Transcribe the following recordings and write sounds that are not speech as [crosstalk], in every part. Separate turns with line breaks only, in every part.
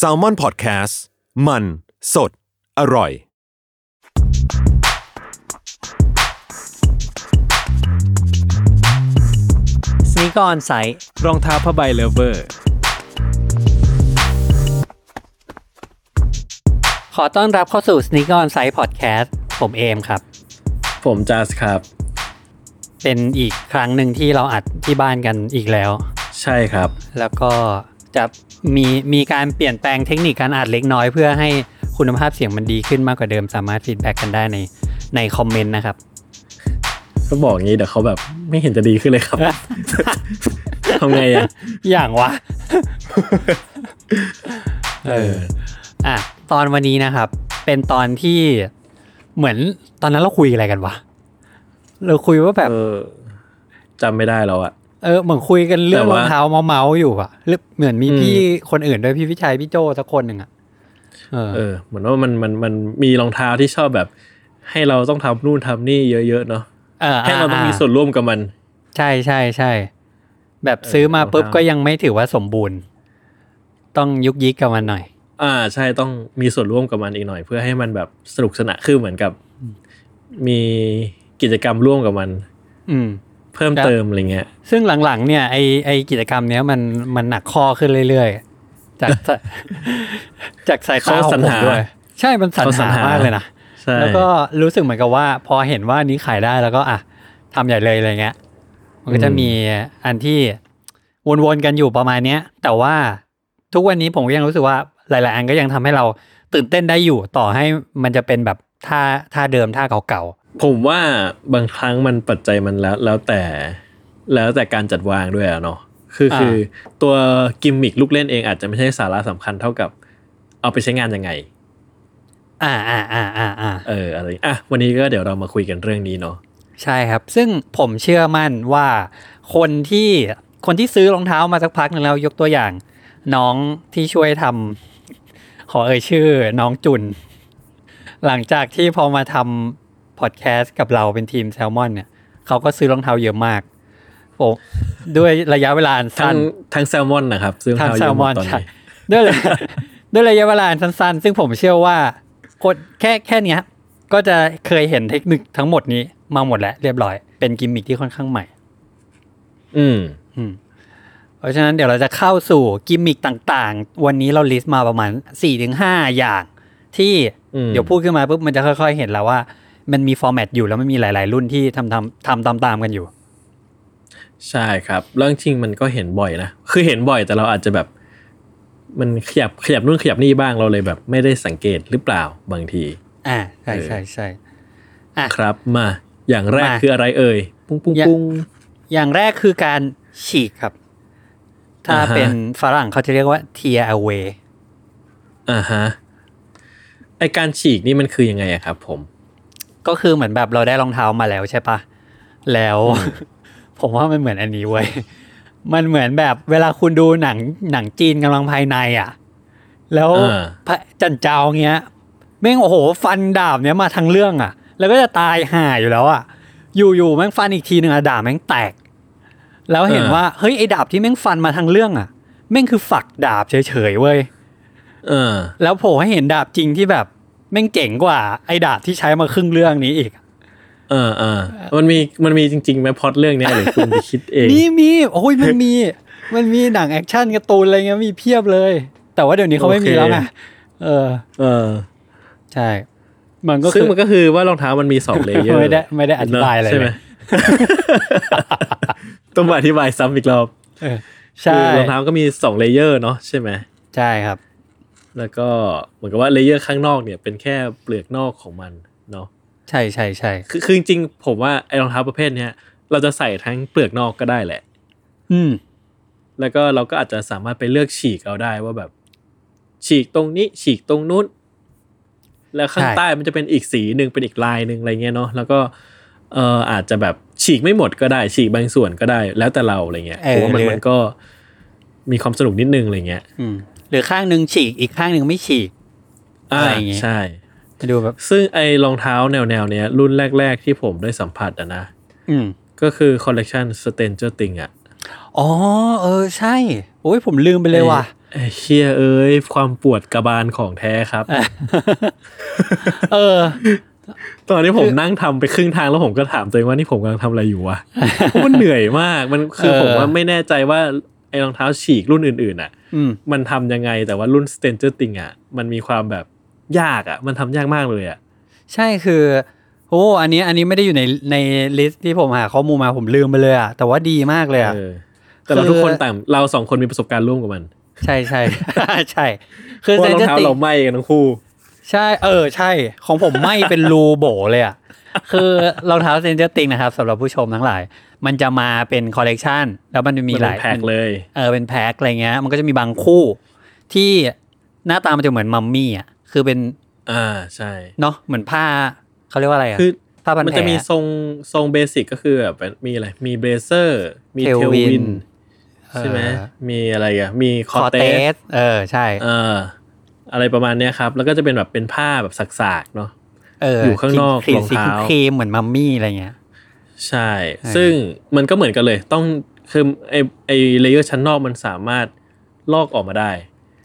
s a l m o n PODCAST มันสดอร่อย
สนิกออนไซต์
รองเท้าผ้าใบเลเวอร์
ขอต้อนรับเข้าสู่สนิกออนไซต์พอดแคสต์ผมเอมครับ
ผมจัสครับ
เป็นอีกครั้งหนึ่งที่เราอัดที่บ้านกันอีกแล้ว
ใช่ครับ
แล้วก็จะมีมีการเปลี่ยนแปลงเทคนิคการอัดเล็กน้อย เพื่อให้คุณภาพเสียงมันดีขึ้นมากกว่าเดิมสามารถฟีดแบ็กกันได้ในในคอมเมนต์นะครับ
ก็บอกงี้เดี๋ยวเขาแบบไม่เห็นจะดีขึ้น [laughs] เลยครับ ทำไงอ่ะ
อย่างวะ
[laughs] เออ
อ่ะตอนวันนี้นะครับ เป็นตอนที่เหมือนตอนนั้นเราคุยอะไรกันวะเราคุยว่าแบบ
เออจำไม่ได้แล้วอ่ะ
เออเหมือนคุยกันเรื่อง
แต่
รอ
ว่าง
เท้าเมาส์ๆอยู่อะหรือเหมือนมี
อืม
พี่คนอื่นด้วยพี่วิชัยพี่โจสักคนหนึ่งอะเออ
เออ เหมือนว่ามันมันมันมีรองเท้าที่ชอบแบบ ให้เราต้องทำนู่นทำนี่เยอะๆเนาะ
เออ
ให้เราต้องมีส่วนร่วมกับมัน
ใช่ใช่ใช่แบบ
เออ
ซื้อมา
เอา
ปุ๊บ
ทาง
ก็ยังไม่ถือว่าสมบูรณ์ ต้องยุกยิกกับมันหน่อย
อ่า ใช่ต้องมีส่วนร่วมกับมันอีกหน่อย เพื่อให้มันแบบสนุกสนานคือเหมือนกับ มีกิจกรรมร่วมกับมัน
อืม
เพิ่ม
ครับ
เติมอะไรเงี้ย
ซึ่งหลังๆเนี่ยไอไอกิจกรรมเนี้ยมันมันหนักข้อขึ้นเรื่อยๆ จาก [laughs] สาย จากสายตาข
เขา
อ
สรง
ผ
รหาม
ด้วยใช่มันสรร
เขาสร
หาร
หาม
มากเลยนะ
ใช่
แล้วก็รู้สึกเหมือนกับว่าพอเห็นว่าอันนี้ขายได้แล้วก็อ่ะทำใหญ่เลยอะไรเงี้ย มันก็จะมีอันที่วนๆกันอยู่ประมาณเนี้ย แต่ว่าทุกวันนี้ผมก็ยังรู้สึกว่าหลายๆ อันก็ยังทำให้เราตื่นเต้นได้อยู่ต่อให้มันจะเป็นแบบท่าท่าเดิมท่าเก่า
ผมว่าบางครั้งมันปัจจัยมันแล้ว แล้วแต่แล้วแต่การจัดวางด้วยอะเนาะคืออา คือตัวกิมมิคลูกเล่นเองอาจจะไม่ใช่สาระสำคัญเท่ากับ เอาไปใช้งานยังไง
ๆ อ่าอ่าอ่าอ่าอ่า
เอออะไรอ่ะวันนี้ก็เดี๋ยวเรามาคุยกันเรื่องนี้เนาะ
ใช่ครับ ซึ่งผมเชื่อมั่นว่าคนที่คนที่ซื้อรองเท้ามาสักพักหนึ่งแล้วยกตัวอย่าง น้องที่ช่วยทำขอเอ่ยชื่อ น้องจุน หลังจากที่พอมาทำพอดแคสต์กับเราเป็นทีมแซลมอนเนี่ยเขาก็ซื้อรองเท้าเยอะมากผมด้วยระยะเวลาอัน
ทั้
สั้
ง
น
ทั้งแซลมอนนะครับซึ่ง
ทาง
เท้า
แซ
เย
ล
อะ
ม
มา
อก น
ตอน
ใช่
นี้
ด้วยระ [laughs] ด้วยระยะเวลาอันสั้นๆ ซึ่งผมเชื่อว่าคนแค่แค่เนี้ย ก็จะเคยเห็นเทคนิคทั้งหมดนี้มาหมดแล้วเรียบร้อยเป็นกิมมิคที่ค่อนข้างใหม่
อืม
อืมเพราะฉะนั้นเดี๋ยวเราจะเข้าสู่กิมมิคต่างๆ วันนี้เราลิสต์มาประมาณ 4-5 อย่าง ที่
อืม
เดี๋ยวพูดขึ้นมาปุ๊บมันจะค่อยๆ เห็นแล้วว่า มันมีฟอร์แมตอยู่แล้วมันมีหลาย ๆ รุ่นที่ทำทำทำตามๆกันอยู่
ใช่ครับเรื่องจริงมันก็เห็นบ่อยนะคือเห็นบ่อยแต่เราอาจจะแบบ มันขยับขยับนู่นขยับนี่บ้างเราเลยแบบ ไม่ได้สังเกตหรือเปล่าบางที
อ่าใช่
เออ
ใช่ใช่
ครับมาอย่างแรก
มา
คืออะไรเอ่ยปุ้งปุ้ง
อย่า
ปุ้ง
อย่างแรกคือการฉีกครับ ถ้า
อ่าฮะ
เป็นฝรั่งเขาจะเรียกว่า tear away
อ่าฮะไอการฉีกนี่มันคือยังไงอะครับผม
ก็คือเหมือนแบบเราได้รองเท้ามาแล้วใช่ปะแล้ว ผมว่ามันเหมือนอันนี้เว้ย มันเหมือนแบบเวลาคุณดูหนังหนังจีนกำลังภายในอ่ะ แล้ว
อ่า
พระจันเจ้าเงี้ยแม่งโอ้โห ฟันดาบเนี้ยมาทั้งเรื่องอ่ะ แล้วก็จะตายห่าอยู่แล้วอ่ะ อยู่ๆแม่งฟันอีกทีหนึ่งอะดาบแม่งแตก แล้วเห็นว่าเฮ้ยไอ้ดาบที่แม่งฟันมาทั้งเรื่องอ่ะแม่งคือฝักดาบเฉยๆเว้ย
เออ
แล้วโผล่ให้เห็นดาบจริงที่แบบแม่งเจ๋งกว่าไอ้ดาบที่ใช้มาครึ่งเรื่องนี้อีก
เออเออมันมีมันมีจริงๆไหมพล็อดเรื่องเนี้ยหรือคุณไปคิดเอง
มีมีโอ้ยมันมี มันมีหนังแอคชั่นการ์ตูนอะไรเงี้ยมีเพียบเลย แต่ว่าเดี๋ยวนี้เขาไม่มีแล้วไงเออ
เออ
ใช่ มันก็คื
ซึ่ง
อ
มันก็คือว่ารองเท้ามันมีสองเลเยอร์
ไม่ได้ไม่ได้อธิบายอะไรเลย [laughs]
ใช่หม ต้องมาอธิบายซ้ำอีกรอบ
เออใช่
คือรองเท้าก็มีสองเลเยอร์เนาะใช่ไหม
ใช่ครับ
แล้วก็เหมือนกับว่าเลเยอร์ข้างนอกเนี่ยเป็นแค่เปลือกนอกของมันเนาะ
ใช่ใช่ใช่
คือคือจริงๆผมว่าไอ้รองเท้าประเภทเนี้ยเราจะใส่ทั้งเปลือกนอกก็ได้แหละ
อืม
แล้วก็เราก็อาจจะสามารถไปเลือกฉีกเอาได้ว่าแบบ ฉีกตรงนี้ฉีกตรงนู้น แล้วข้าง
ใช่
ใต้มันจะเป็นอีกสีหนึ่งเป็นอีกลายหนึ่งอะไรเงี้ยเนาะแล้วก็เอออาจจะแบบฉีกไม่หมดก็ได้ ฉีกบางส่วนก็ได้ แล้วแต่เราอะไรเงี้ย
เออ
ผมว่ามั
ห
น
รือ
มันก็มีความสนุกนิดนึงอะไรเงี้ย
อืมหรือข้างหนึ่งฉีกอีกข้างหนึ่งไม่ฉีก
อ่า
อะไรอย่างเงี้ย
ใช่
จะดูแบบ
ซึ่งไอ้รองเท้าแนวแนวๆเนี้ยรุ่นแรก ๆ ที่ผมได้สัมผัสอะนะ
อืม
ก็คือคอลเลกชัน Stranger Things อะ
อ๋อเออใช่โอ้ยผมลืมไปเลยว่ะ
ไอ้เชี่ยเอ้ย ความปวดกระบาลของแท้ครับ
เออ
ตอนที่ผมนั่งทำไปครึ่งทางแล้วผมก็ถามตัวเองว่านี่ผมกำลังทำอะไรอยู่วะ เพราะมันเหนื่อยมากมันคือ
เออ
ผมว่าไม่แน่ใจว่าไอ้รองเท้าฉีกรุ่นอื่นๆอะ
อืม
มันทำยังไงแต่ว่ารุ่น Stranger Things อะมันมีความแบบยากอะมันทำยากมากเลยอะ
ใช่คือโอ้อันนี้อันนี้ไม่ได้อยู่ในในลิสต์ที่ผมหาข้อมูลมาผมลืมไปเลยอะแต่ว่าดีมากเลยอะ
เออแต่เราทุกคนต่างเราสองคนมีประสบการณ์ร่วมกับมัน
ใช่ [laughs] ใช่ ใช่
เพ
คือ
ราะ
เซน
ว่ารอง
เจ
เท้า
ติ
เราไหม้กันทั้งคู่
ใช่เออ ใช่ ของผมไม่เป็นรูโบเลยอะ [laughs] คือรองเท้าเซนเจอร์ติงนะครับสำหรับผู้ชมทั้งหลาย มันจะมาเป็นคอลเลกชันแล้วมันจะมี
น
ห
เป็
ลาย
นแพ็คเลย
เออเป็นแพ็คอะไรเงี้ยมันก็จะมีบางคู่ที่หน้าตามันจะเหมือนมัมมี่อ่ะคือเป็น
อ่าใช่
เนาะเหมือนผ้าเขาเรียกว่าอะไรอ่ะ
คือ
ผ้าพัน
มัน
แผล
จะมีทรงทรงเบสิกก็คือแบบมีอะไร มีเบรเซอร์ มี
เท
เท
ล
ล
วิ
วิ
น
น ใช่ไหมมีอะไรอ่ะ มี
ค
คอ
อ
เต
เต
ส
สเออใช่
เอ่ออะไรประมาณเนี้ยครับ แล้วก็จะเป็นแบบเป็นผ้าแบบสักๆเนาะ
เอออยู่
ข้างนอก
ครีม
รอง
สี
เท้า
ครีมเหมือนมัมมี่อะไรเงี้ย
ใช่
เออ
ซึ่งมันก็เหมือนกันเลยต้องคือไอไอเลเยอร์ชั้นนอกมันสามารถลอกออกมาได้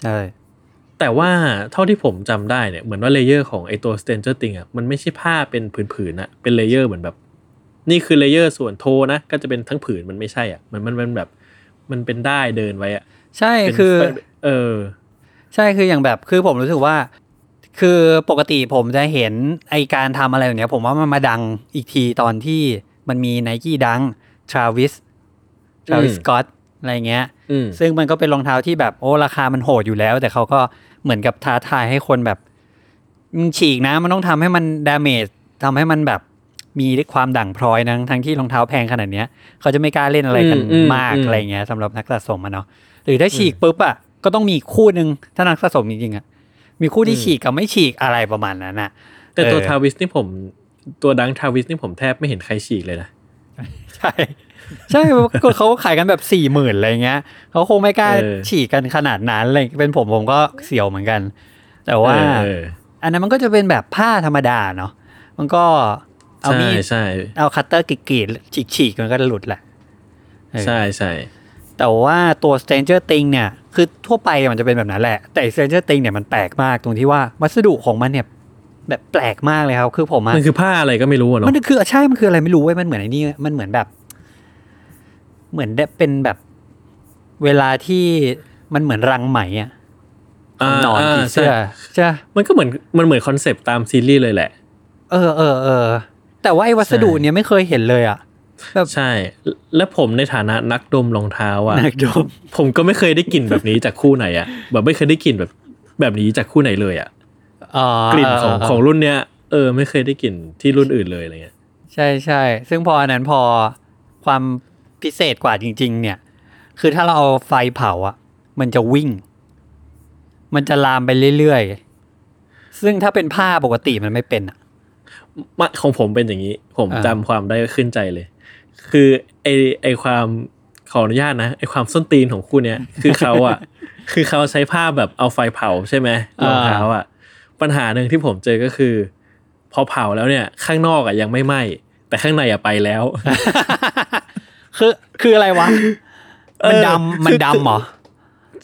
ใช่
แต่ว่าเท่าที่ผมจำได้เนี่ยเหมือนว่าเลเยอร์ของไอตัว Stranger Thing อ่ะมันไม่ใช่ผ้าเป็นผืนๆนะเป็นเลเยอร์เหมือนแบบ นี่คือเลเยอร์ส่วนโทนะ ก็จะเป็นทั้งผืนมันไม่ใช่อ่ะเหมือนมันเป็นแบบ มันเป็นได้เดินไว้อ่ะ
ใช่
เป็น
คือ
เออ
ใช่คืออย่างแบบคือผมรู้สึกว่า คือปกติผมจะเห็นไอการทำอะไรแบบเนี้ย ผมว่ามันมาดังอีกทีตอนที่มันมีไนกี้ดังทราวิสทราวิส
อืม
สกอตอะไรเงี้ย
อืม
ซึ่งมันก็เป็นรองเท้าที่แบบโอ้ราคามันโหดอยู่แล้ว แต่เขาก็เหมือนกับท้าทายให้คนแบบมึงฉีกนะ มันต้องทำให้มันดาเมจทำให้มันแบบมีความด่างพร้อยนะทั้งที่รองเท้าแพงขนาดเนี้ย เขาจะไม่กล้าเล่นอะไรกัน
อืมอืม
มาก
อืม
อะไรเงี้ยสำหรับนักสะสมอะเนาะหรือถ้าฉีกปุ๊บอะก็ต้องมีคู่หนึ่งถ้านักสะสมจริงๆอะมีคู่ที่ฉีกกับไม่ฉีกอะไรประมาณนั้นอะ
แต่ตัว
เออ
ทาวิสนี่ผมตัวดังทาวิสนี่ผมแทบไม่เห็นใครฉีกเลยนะ
ใช่ ใช่ก็เขาขายกันแบบสี่หมื่นอะไรเงี้ยเขาคงไม่กล้า
เออ
ฉีกกันขนาดนั้นเลยเป็นผมผมก็เสียวเหมือนกัน แต่ว่า
เออ
อันนั้นมันก็จะเป็นแบบผ้าธรรมดาเนาะ มันก็เอา
ใช่
มีด
ใช่
เอาคัตเตอร์กรีดๆฉีกๆ มันก็จะหลุดแหละ เออ
ใช่ใช่
แต่ว่าตัว Stranger Thing เนี่ย คือทั่วไปมันจะเป็นแบบนั้นแหละ แต่ Stranger Thing เนี่ยมันแปลกมากตรงที่ว่าวัสดุของมันเนี่ย แบบแปลกมากเลยครับ คือผมอะ
มันคือผ้าอะไรก็ไม่รู้อะเนาะ
มันคือใช่ มันคืออะไรไม่รู้เว้ย มันเหมือนไอ้นี่ มันเหมือนแบบ เหมือนได้เป็นแบบเวลาที่มันเหมือนรังไหมอะ
า
หนอนผี
า
เสื้อ
ใช่
ใช่ปะ
มันก็เหมือนมันเหมือนคอนเซปต์ตามซีรีส์เลยแหละ
เออเออเออแต่ว่าไอ้วัสดุเนี้ยไม่เคยเห็นเลยอ่ะแบบ
ใช่ และผมในฐานะนักดมรองเท้าอ่ะ
หนักโยม
ผมก็ไม่เคยได้กลิ่นแบบนี้จากคู่ไหนอะแบบไม่เคยได้กลิ่นแบบแบบนี้จากคู่ไหนเลยอะ
อ๋อก
ลิ่นของ
เ
ของรุ่นเนี้ยเออไม่เคยได้กลิ่นที่รุ่นอื่นเลยอะไรเงี้ย
ใช่ใช่ซึ่งพออันนั้นพอความพิเศษกว่าจริง ๆ เนี่ย คือถ้าเราเอาไฟเผาอ่ะ มันจะวิ่ง มันจะลามไปเรื่อยๆ ซึ่งถ้าเป็นผ้าปกติมันไม่เป็นอ่ะ
มะของผมเป็นอย่างนี้ ผม
อ่า
จำความได้ขึ้นใจเลย คือไอไอความขออนุญาตนะไอความส้นตีนของคู่เนี้ [laughs] ย คือเขาอ่ะ คือเขาใช้ผ้าแบบเอาไฟเผาใช่ไหมรองเท้าอ่ะ ปัญหาหนึ่งที่ผมเจอก็คือ พอเผาแล้วเนี่ย ข้างนอกอ่ะยังไม่ไหม้แต่ข้างในอ่ะไปแล้ว
คือคืออะไรวะ
เออ
มันดำมัน
คือ
ดำเหรอ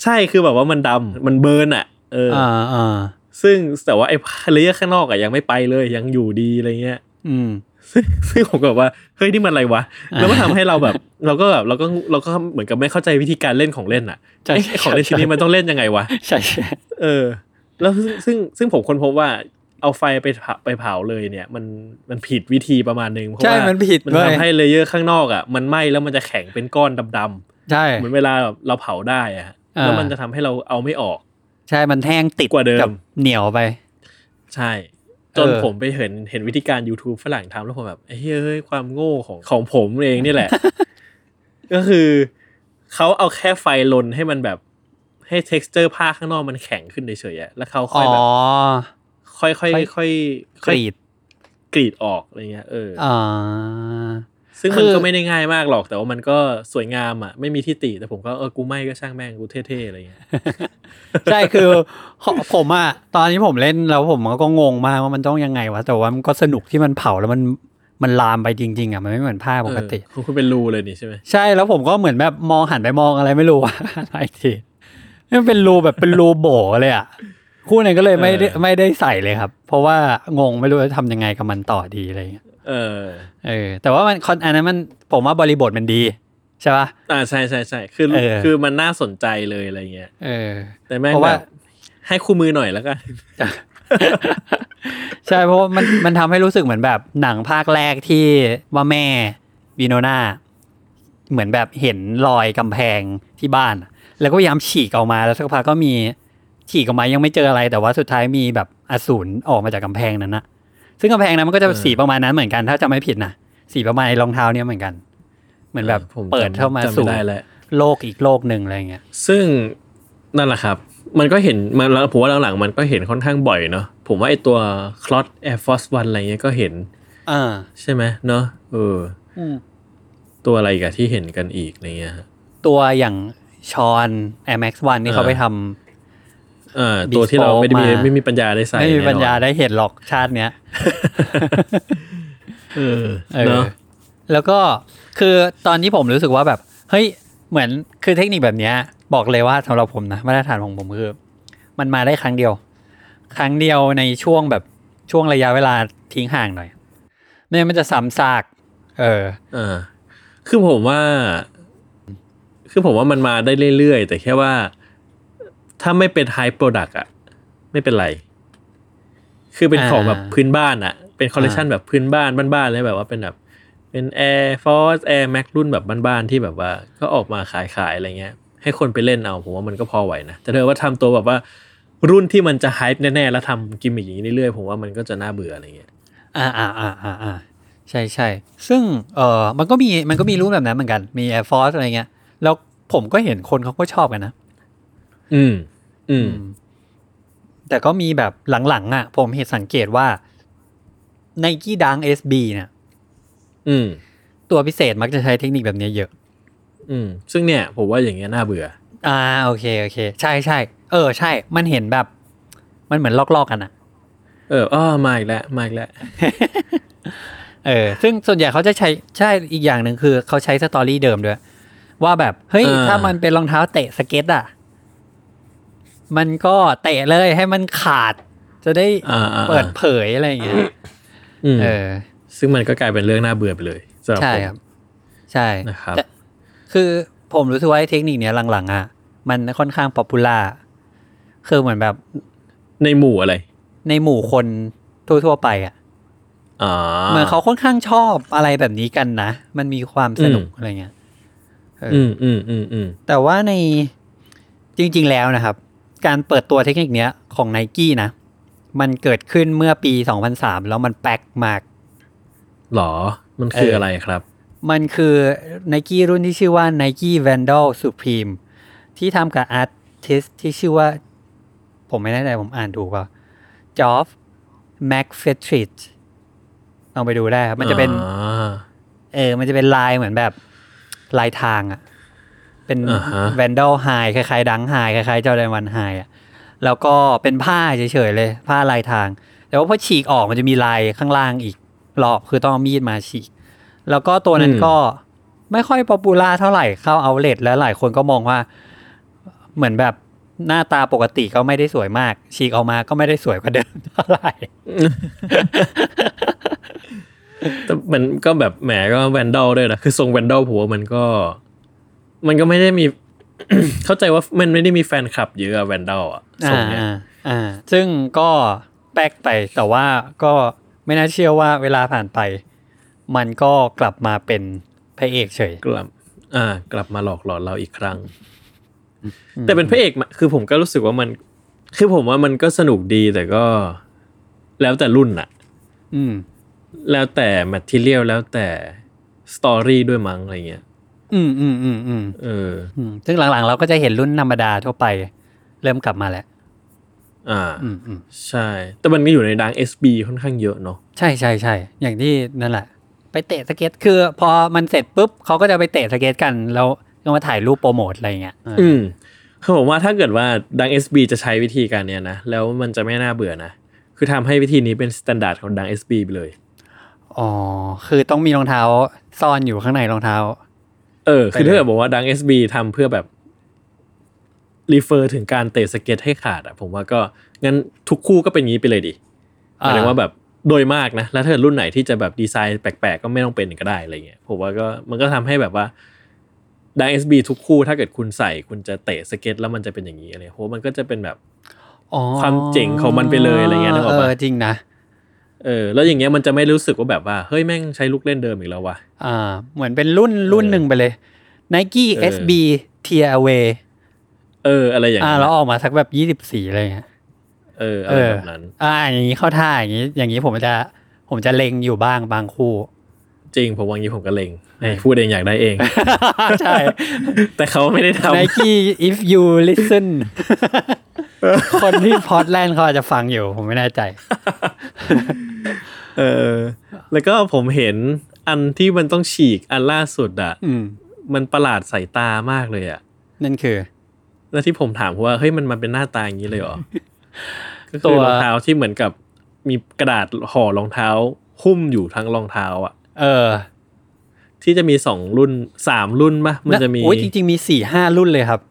ใช่คือแบบว่ามันดำมันเบิร์นอ่ะเอออ
อ่าอ่า
ซึ่งแต่ว่าไอเลเยอร์ข้างน [laughs] อกอ่ะยังไม่ไปเลยยังอยู่ดีอะไรเงี้ย
อืม
ซึ่ง [laughs] ซึ่งผมก็แบบว่าเฮ้ยนี่มันอะไรวะ แล้วมันทำให้เราแบบ [laughs] เราก็แบบเราก็เราก็เหมือนกับไม่เข้าใจวิธีการเล่นของเล่นอ่ะ
ใช่
เอ๊ะของเล่น
[laughs]
ชิ้นนี้มันต้องเล่นยังไงวะ
ใช่ใช่
เออ แล้วซึ่งซึ่งซึ่งผมค้นพบว่าเอาไฟไปเผาไปเผาเลยเนี่ย มันมันผิดวิธีประมาณนึงเพราะ
ใช่
ว่า
มันผิด
มัน
เว้ย
ทำให้เลเยอร์ข้างนอกอ่ะมันไหม้แล้วมันจะแข็งเป็นก้อนดำ
ใช่
ๆเหมือนเวลาแบบเราเผาได้อ่ะ
อ่า
แล้วมันจะทำให้เราเอาไม่ออก
ใช่มันแห้งติด
กว่าเดิม
บเหนียวไป
ใช่ จน
เออ
ผมไปเห็นเห็นวิธีการ YouTube ฝรั่งทำแล้ว
[laughs]
ผมแบบเฮ้ยเฮ้ยความโง่ของของผมเองนี่แหละ ก็คือ เขาเอาแค่ไฟลนให้มันแบบให้ t e x t อร์ผ้าข้างนอกมันแข็งขึ้นเฉยๆอะแล้วเขาค่
อ๋
อย
อ
แบบค่อยๆ
ค่อย
ค่อยๆ
กรีด
กรีดออกอะไรเงี้ยเอออ
อ่า
ซึ่งมัน
คือ
ก็ไม่ได้ง่ายมากหรอก แต่ว่ามันก็สวยงามอ่ะไม่มีที่ติ แต่ผมก็เออกูไม่ก็ช่างแม่งกูเท่ๆอะไรเงี้ย
ใช่คือ [laughs] ของผมอะตอนนี้ผมเล่นแล้วผมก็งงมากว่ามันต้องยังไงวะ แต่ว่ามันก็สนุกที่มันเผาแล้วมันมันลามไปจริง ๆอะมันไม่เหมือนผ้าปกติ
เออคุณคุณเป็นรูเลยนี่ใช่ไหม
ใช่แล้วผมก็เหมือนแบบมองหันไปมองอะไรไม่รู้อะ [laughs] อะไรทีนี่มันเป็นรูแบบเป็นรูโบเลยอะคู่นั้นก็เลยไม่ได้ไม่ได้ใส่เลยครับ เพราะว่างงไม่รู้จะทำยังไงกับมันต่อดีอะไรอย่างเงี้ย
เออ
เออแต่ว่ามันคอนอันนั้นมันผมว่าบริบทมันดีใช่ปะ
อ่าใช่ใช่ใช่คือ
เออ
คือมันน่าสนใจเลยอะไรเงี้ย
เออ
แต่แม่ง
เพราะ
แบ
ว่า
บให้คู่มือหน่อยแล้วกัน
ใช่เพราะว่ามันมันทำให้รู้สึกเหมือนแบบหนังภาคแรกที่ว่าแม่วีโนนาเหมือนแบบเห็นรอยกำแพงที่บ้านอะแล้วก็พยายามฉีกออกมาแล้วสักพักก็มีฉีกออกมายังไม่เจออะไร แต่ว่าสุดท้ายมีแบบอสูรออกมาจากกำแพงนั้นนะซึ่งกำแพงนั้นมันก็จะ
เออ
สีประมาณนั้นเหมือนกัน ถ้าจำไม่ผิดนะสีประมาณไอ้รองเท้าเนี่ยเหมือนกัน เหมือนแบบ
เออผมจำ
เปิดเข้ามา
จำไม่
สู่
ได้แล้ว
โลกอีกโลกหนึ่งอะไรอย่างเงี้ย
ซึ่งนั่นแหละครับ มันก็เห็นมันแล้วผมว่าหลังๆมันก็เห็นค่อนข้างบ่อยเนาะผมว่าไอตัวคลอตแอร์ฟอร์สวันอะไรเงี้ยก็เห็น
อ่า
ใช่ไหมเนาะเออ
อืม
ตัวอะไรอีกับที่เห็นกันอีกอะไรเงี้ยฮะ
ตัวอย่างชอน Air Max 1นี่เขา
เออ
ไปท
อ่าตัวที่เราไม่ได้มี
Bespoke มา
ไม่มีปัญญาได้
ำ
ใส่
ไม่มี
แน่นอน
ปัญญาได้เห็นหรอกชาติเนี้ย
เออ
เออ
เนาะ
แล้วก็คือตอนที่ผมรู้สึกว่าแบบ เฮ้ย เหมือนคือเทคนิคแบบเนี้ย บอกเลยว่าสำหรับผมนะมาตรฐานของผมคือ มันมาได้ครั้งเดียว ครั้งเดียวในช่วงแบบช่วงระยะเวลาทิ้งห่างหน่อยไม่งั้นมันจะซ้ำซาก เออ
อ่าคือผมว่า คือผมว่ามันมาได้เรื่อยๆ แต่แค่ว่า ถ้าไม่เป็นไฮโปรดักต์อะไม่เป็นไร คือเป็นของ
อ่า
แบบพื้นบ้านอะเป็นคอลเลคชันแบบพื้นบ้านบ้านๆเลยแบบว่าเป็นแบบ เป็นแอร์ฟอร์สแอร์แม็กรุ่นแบบบ้านๆที่แบบว่า ก็ออกมาขายๆอะไรเงี้ย ให้คนไปเล่นเอาผมว่ามันก็พอไหวนะแต่เธอว่าทำตัวแบบว่า รุ่นที่มันจะไฮป์แน่ๆ แล้วทำกิมมิคอย่างนี้เรื่อยๆผมว่ามันก็จะน่าเบื่ออะไรเงี้ย
อ่าอ่าอ่าอ่าอ่าใช่ใช่ซึ่งเออมันก็มีมันก็มีรูปแบบนั้นเหมือนกันมี Air Force อะไรเงี้ย แล้วผมก็เห็นคนเขาก็ชอบกันนะ
อืม อืม
แต่ก็มีแบบหลังๆอ่ะ ผมเห็นสังเกตว่าในกี้ดัง SB เนี่ย
อืม
ตัวพิเศษมักจะใช้เทคนิคแบบเนี้ยเยอะ
อืม ซึ่งเนี่ยผมว่าอย่างเงี้ยน่าเบื่อ
อ่าโอเคโอเค ใช่ใช่เออ ใช่ มันเห็นแบบ มันเหมือนลอกๆกันอ่ะ
เอออ้อมาอีกแล้วมาอีกแล้ว
เออ ซึ่งส่วนใหญ่เขาจะใช้ใช่อีกอย่างหนึ่งคือเขาใช้สตอรี่เดิมด้วย ว่าแบบเฮ้ย
อ่า
ถ้ามันเป็นรองเท้าเตะสเก็ตอ่ะ มันก็เตะเลยให้มันขาด จะได้
อ่าอ่า
เปิดเผยอะไรอย่างเงี้ย
อืม
เออ
ซึ่งมันก็กลายเป็นเรื่องน่าเบื่อไปเลยสำหรับ
ใช่
ผม
ครับ ใช่
นะครับ
แต่คือผมรู้สึกว่าไอ้เทคนิคเนี้ยหลังๆอ่ะมันค่อนข้างป๊อปปูล่าคือเหมือนแบบ
ในหมู่อะไร
ในหมู่คนทั่วๆไปอ่ะ
อ๋อ
เหมือนเขาค่อนข้างชอบอะไรแบบนี้กันนะ มันมีความสนุก
อืม
อะไรเงี้ยเอออ
อืมอืมอืมอืม
แต่ว่าในจริง ๆแล้วนะครับ การเปิดตัวเทคนิคเนี้ยของไนกี้นะ มันเกิดขึ้นเมื่อปี 2003 แล้วมันแป๊กมาก
หรอ มันคือ
เอออ
อะไรครับ
มันคือ n i กี้รุ่นที่ชื่อว่า n i กี้ Vandal Supreme ที่ทำกับอาร์ติสที่ชื่อว่า ผมไม่แน่ใจผมอ่านถูกเปล่าจอฟแม็กเฟตริดลองไปดูได้ครับ มันจะเป็น
อ่า
เออ มันจะเป็นลายเหมือนแบบลายทางอะ่ะ เป็น
อ่าฮะ
แวนดอลไฮคล้ายๆ ดังไฮคล้ายๆ เจ้าไดวันไฮอ่ะ แล้วก็เป็นผ้าเฉยๆเลย ผ้าลายทาง แต่ว่าพอฉีกออกมันจะมีลายข้างล่างอีกรอบคือต้องเอามีดมาฉีก แล้วก็ตัวนั้นก็ไม่ค่อยป๊อปปูล่าเท่าไหร่เข้าเอาเลทแล้วหลายคนก็มองว่า เหมือนแบบหน้าตาปกติก็ไม่ได้สวยมาก ฉีกออกมาก็ไม่ได้สวยกว่าเดิม [laughs] เท่าไหร่
แต่มันก็แบบแหมก็แวนดอลด้วยนะ คือทรงแวนดอลผมว่ามันก็ มันก็ไม่ได้มี [coughs] เข้าใจว่ามันไม่ได้มีแฟนคลับเยอะอะแวนดอลอะทรงเนี้ย
อ่าอ่า ซึ่งก็แป๊กไปแต่ว่าก็ไม่น่าเชื่อว่าเวลาผ่านไป มันก็กลับมาเป็นพระเอกเฉย
กลับ อ่า กลับมาหลอกหลอนเราอีกครั้ง แต่เป็นพระเอกมาคือผมก็รู้สึกว่ามัน คือผมว่ามันก็สนุกดีแต่ก็ แล้วแต่รุ่นอะ
อืม
แล้วแต่แมทเทียลแล้วแต่สตอรี่ด้วยมั้งอะไรเงี้ย
อืมอืมอืมอืม
เออ
อืมซึ่งหลังๆ เราก็จะเห็นรุ่นธรรมดาทั่วไป เริ่มกลับมาแล้ว
อ่า
อืมอืม
ใช่ แต่มันก็อยู่ในดัง SB ค่อนข้างเยอะเนาะ
ใช่ใช่ใช่อย่างที่นั่นแหละ ไปเตะสเก็ตคือ พอมันเสร็จปุ๊บเขาก็จะไปเตะสเก็ตกันแล้วก็มาถ่ายรูปโปรโมทอะไรอย่างเงี้ยเอออ
อืมคือผมว่าถ้าเกิดว่าดัง SB จะใช้วิธีการเนี้ยนะ แล้วมันจะไม่น่าเบื่อนะ คือทำให้วิธีนี้เป็นสแตนดาร์ดของดัง SB ไปเลย
อ๋อคือต้องมีรองเท้าซ่อนอยู่ข้างในรองเท้า
เออ คื
ไป
อ
เลย
ถ้าเกิดบอกว่าดัง SB ทำเพื่อแบบ รีเฟอร์ถึงการเตะสเก็ตให้ขาดอะผมว่าก็ งั้นทุกคู่ก็เป็นงี้ไปเลยดิหมายถึงว่าแบบโดยมากนะ แล้วถ้าเกิดรุ่นไหนที่จะแบบดีไซน์แปลกๆ ก็ไม่ต้องเป็นก็ได้อะไรเงี้ยผมว่าก็มันก็ทำให้แบบว่าดัง SB ทุกคู่ถ้าเกิดคุณใส่คุณจะเตะสเก็ต แล้วมันจะเป็นอย่างนี้อะไรเพราะมันก็จะเป็นแบบ
อ๋อ
ความเจ๋งของมันไปเลยอะไรเงี้ยนึกออก
เอ
ปะ
อจริงนะ
เออแล้วอย่างเงี้ยมันจะไม่รู้สึกว่าแบบว่า เฮ้ยแม่งใช้ลูกเล่นเดิมอีกแล้ววะ
อ่าเหมือนเป็นรุ่นรุ่นหนึ่งไปเลย Nike
เออ
SB Tear Away
เออ อะไรอย่าง
อ่า
เงี้
แล้ว
ย
ออกมาสักแบบยี่สิบสี่อะไรเงี้ย
เอออะไรแบบนั้น
อ่าอย่างนี้เข้าท่าอย่างนี้อย่างนี้ผมจะผมจะเล็งอยู่บ้างบางคู่ [laughs]
จริงผมวางนี้ผมก็เลงไอ้พูดเองอยากได้เอง
[laughs] ใช่
แต่เขาไม่ได้ [laughs] ท
Nike if you
[laughs]
listen คนที่พอร์ตแลนด์เขาอาจจะฟังอยู่ผมไม่แน่ใจ
ำเออ แล้วก็ผมเห็นอันที่มันต้องฉีกอันล่าสุดอะ
อืม
มันประหลาดสายตามากเลยอะ
นั่นคือ
แล้วที่ผมถามว่าเฮ้ยมันมันเป็นหน้าตาอย่างนี้เล
[laughs]
ยเหรอ ก็
ตั
คือ
ว
รองเท้าที่เหมือนกับมีกระดาษห่อรองเท้า หุ้มอยู่ทั้งรองเท้าอะ
เออ
ที่จะมีสองรุ่นสามรุ่นปะมันจะมี
โอ้ยจริง ๆ มีสี่ห้ารุ่นเลยครับ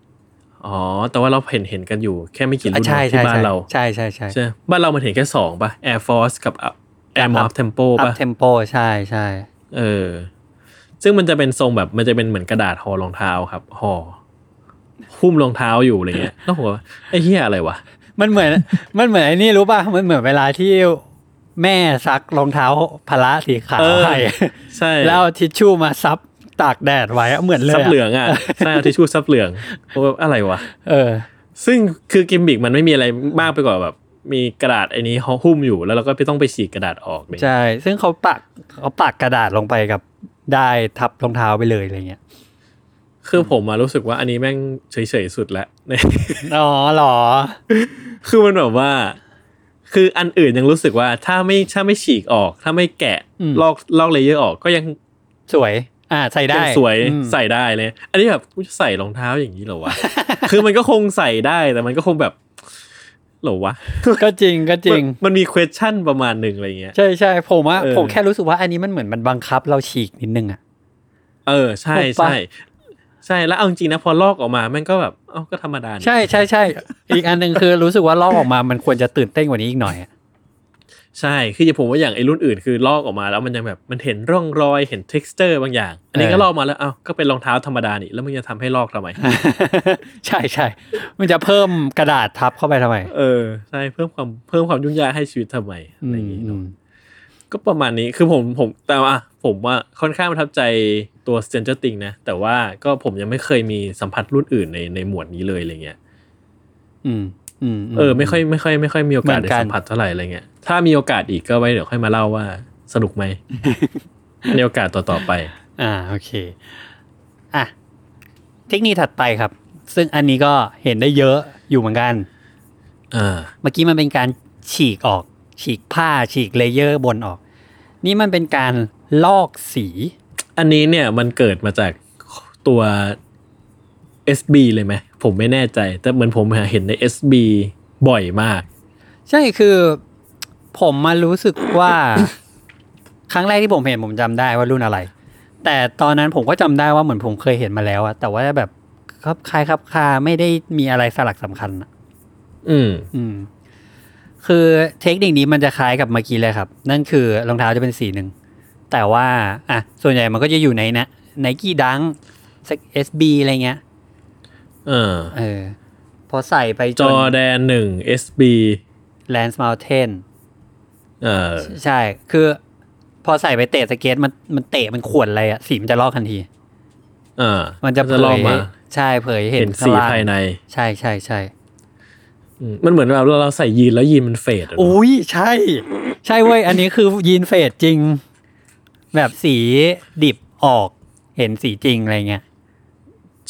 อ๋อ แต่ว่าเราเห็นเห็นกันอยู่แค่ไม่กี่รุ่น
ใช่ใช่
ที่บ้านเรา
ใช่ใช่ใช่
ใช่บ้านเรามันเห็นแค่สองป่ะ Air Force กับ Air m o r p Tempo
อัพ
ป่ะ
เทมโปใช่ใช่
เออ ซึ่งมันจะเป็นทรงแบบมันจะเป็นเหมือนกระดาษห่อรองเท้าครับห่อหุ้มรองเท้าอยู่อะไรเงี้ย [laughs] แล้วผมว่าไอ้เหี้ยอะไรวะ
มันเหมือน [laughs] มันเหมือนไอ้นี่รู้ป่ะ มันเหมือนเวลาที่แม่ซักรองเท้าพละสีขาว
เออ
ให้
ใช่
แล้วเอาทิชชู่มาซับตากแดดไว้อะเหมือนเลย
ซั
อะ
บเหลืองอ่ะใช่เอาทิชชู่ซับเหลืองผมว่าอะไรวะ
เออ
ซึ่งคือกิมบิกมันไม่มีอะไรมากไปกว่าแบบ มีกระดาษไอ้นี้ห่อหุ้มอยู่แล้วเราก็ไปต้องไปฉีกกระดาษออกเลย
ใช่ ซึ่งเขาปักเขาปักกระดาษลงไปกับได้ทับรองเท้าไปเลยอะไรเงี้ย
คือผมมารู้สึกว่าอันนี้แม่งเฉยๆสุดแล้วใน
อ๋อเหรอ
[laughs] คือมันแบบว่า คืออันอื่นยังรู้สึกว่าถ้าไม่ถ้าไม่ฉีกออก ถ้าไม่แกะ
อืม
ลอกลอกเลเยอร์ออกก็ยัง
สวย อ่าใส่ได้
ยังสวย
อืม
ใส่ได้เลย อันนี้แบบกูจะใส่รองเท้าอย่างนี้เหรอ
[laughs]
วะ คือมันก็คงใส่ได้แต่มันก็คงแบบเหรอวะ
ก็จริงก็จริง
มันมันมี question ประมาณหนึ่งอะไรเงี้ย
ใช่ใช่ผมว่า
เออ
ผมแค่รู้สึกว่าอันนี้มันเหมือนมันบังคับเราฉีกนิดนึงอ่ะ
เออใช่
ถูกปะ
ใช่ใช่แล้วเอาจริงนะพอลอกออกมามันก็แบบเอ้าก็ธรรมดานี่
ใช่ใช่ใช่ อีกอันหนึ่งคือรู้สึกว่าลอกออกมามันควรจะตื่นเต้นกว่านี้อีกหน่อยอะ
ใช่คืออย่างผมว่าอย่างไอ้รุ่นอื่นคือลอกออกมาแล้วมันยังแบบมันเห็นร่องรอยเห็น texture บางอย่าง อันนี้ก็
เออ
ลอกมาแล้วเอ้าก็เป็นรองเท้าธรรมดานี่แล้วมึงจะทำให้ลอกทำไม
ใช่ใช่ มันจะเพิ่มกระดาษทับเข้าไปทำไม
เออใช่เพิ่มความเพิ่มความยุ่งยากให้ชีวิตทำไมอะไรอย่างนี้เนอะก็ประมาณนี้คือผมผมแต่ว่าผมว่าค่อนข้างประทับใจตัว Stranger Things นะ แต่ว่าก็ผมยังไม่เคยมีสัมผัสรุ่นอื่นในในหมวดนี้เลยอะไรเงี้ย
อืมอืม
เออไม่ค่อยไม่ค่อยไม่ค่อยมีโอกาส
เหมื
ได้
อนกัน
สัมผัสเท่าไหร่อะไรเงี้ยถ้ามีโอกาสอีกก็ไว้เดี๋ยวค่อยมาเล่าว่าสนุก
[laughs]
ไหม ในโอกาสต่อๆไป
อ่าโอเค อ่ะ เทคนิคถัดไปครับ ซึ่งอันนี้ก็เห็นได้เยอะอยู่เหมือนกัน
อ่า
เมื่อกี้มันเป็นการฉีกออก ฉีกผ้าฉีกเลเยอร์บนออก นี่มันเป็นการลอกสี
อันนี้เนี่ยมันเกิดมาจากตัว SB เลยไหมผมไม่แน่ใจ แต่เหมือนผมหาเห็นใน SB บ่อยมาก
ใช่คือผมมารู้สึกว่า [coughs] ครั้งแรกที่ผมเห็นผมจำได้ว่ารุ่นอะไร แต่ตอนนั้นผมก็จำได้ว่าเหมือนผมเคยเห็นมาแล้วอะแต่ว่าแบบครับคล้ายครับคาไม่ได้มีอะไรสลักสำคัญอะ
อืม
อืม คือเทคนิคนี้มันจะคล้ายกับเมื่อกี้เลยครับ นั่นคือรองเท้าจะเป็นสีหนึ่ง แต่ว่าอ่ะส่วนใหญ่มันก็จะอยู่ในนะไนกี้ดังเอสบีอะไรเงี้ย
เออ
เออพอใส่ไป
จ
จ
อน แดนหนึ่ง SB
แลนด์มาเทน
เออ
ใช่ คือ พอใส่ไปเตะสเก็ตมันมันเตะมันขวนอะไรอะสีมันจะลอกทันที
เออ
มันจะ
ก็
เผ
ลอก
ย
มา
ใช่เผยให้
เห็
เห็
น
น
สี
ข้งล่ง
ภายใน
ใช่ใช่ใช่
อืมมันเหมือนแบบเราใส่ยีนแล้วยีนมันเฟดอะเนอะ
อุ้ยใช่ ใช่เว้ย อันนี้คือยีนเฟดจริง แบบสีดิบออกเห็นสีจริงอะไรเงี้ย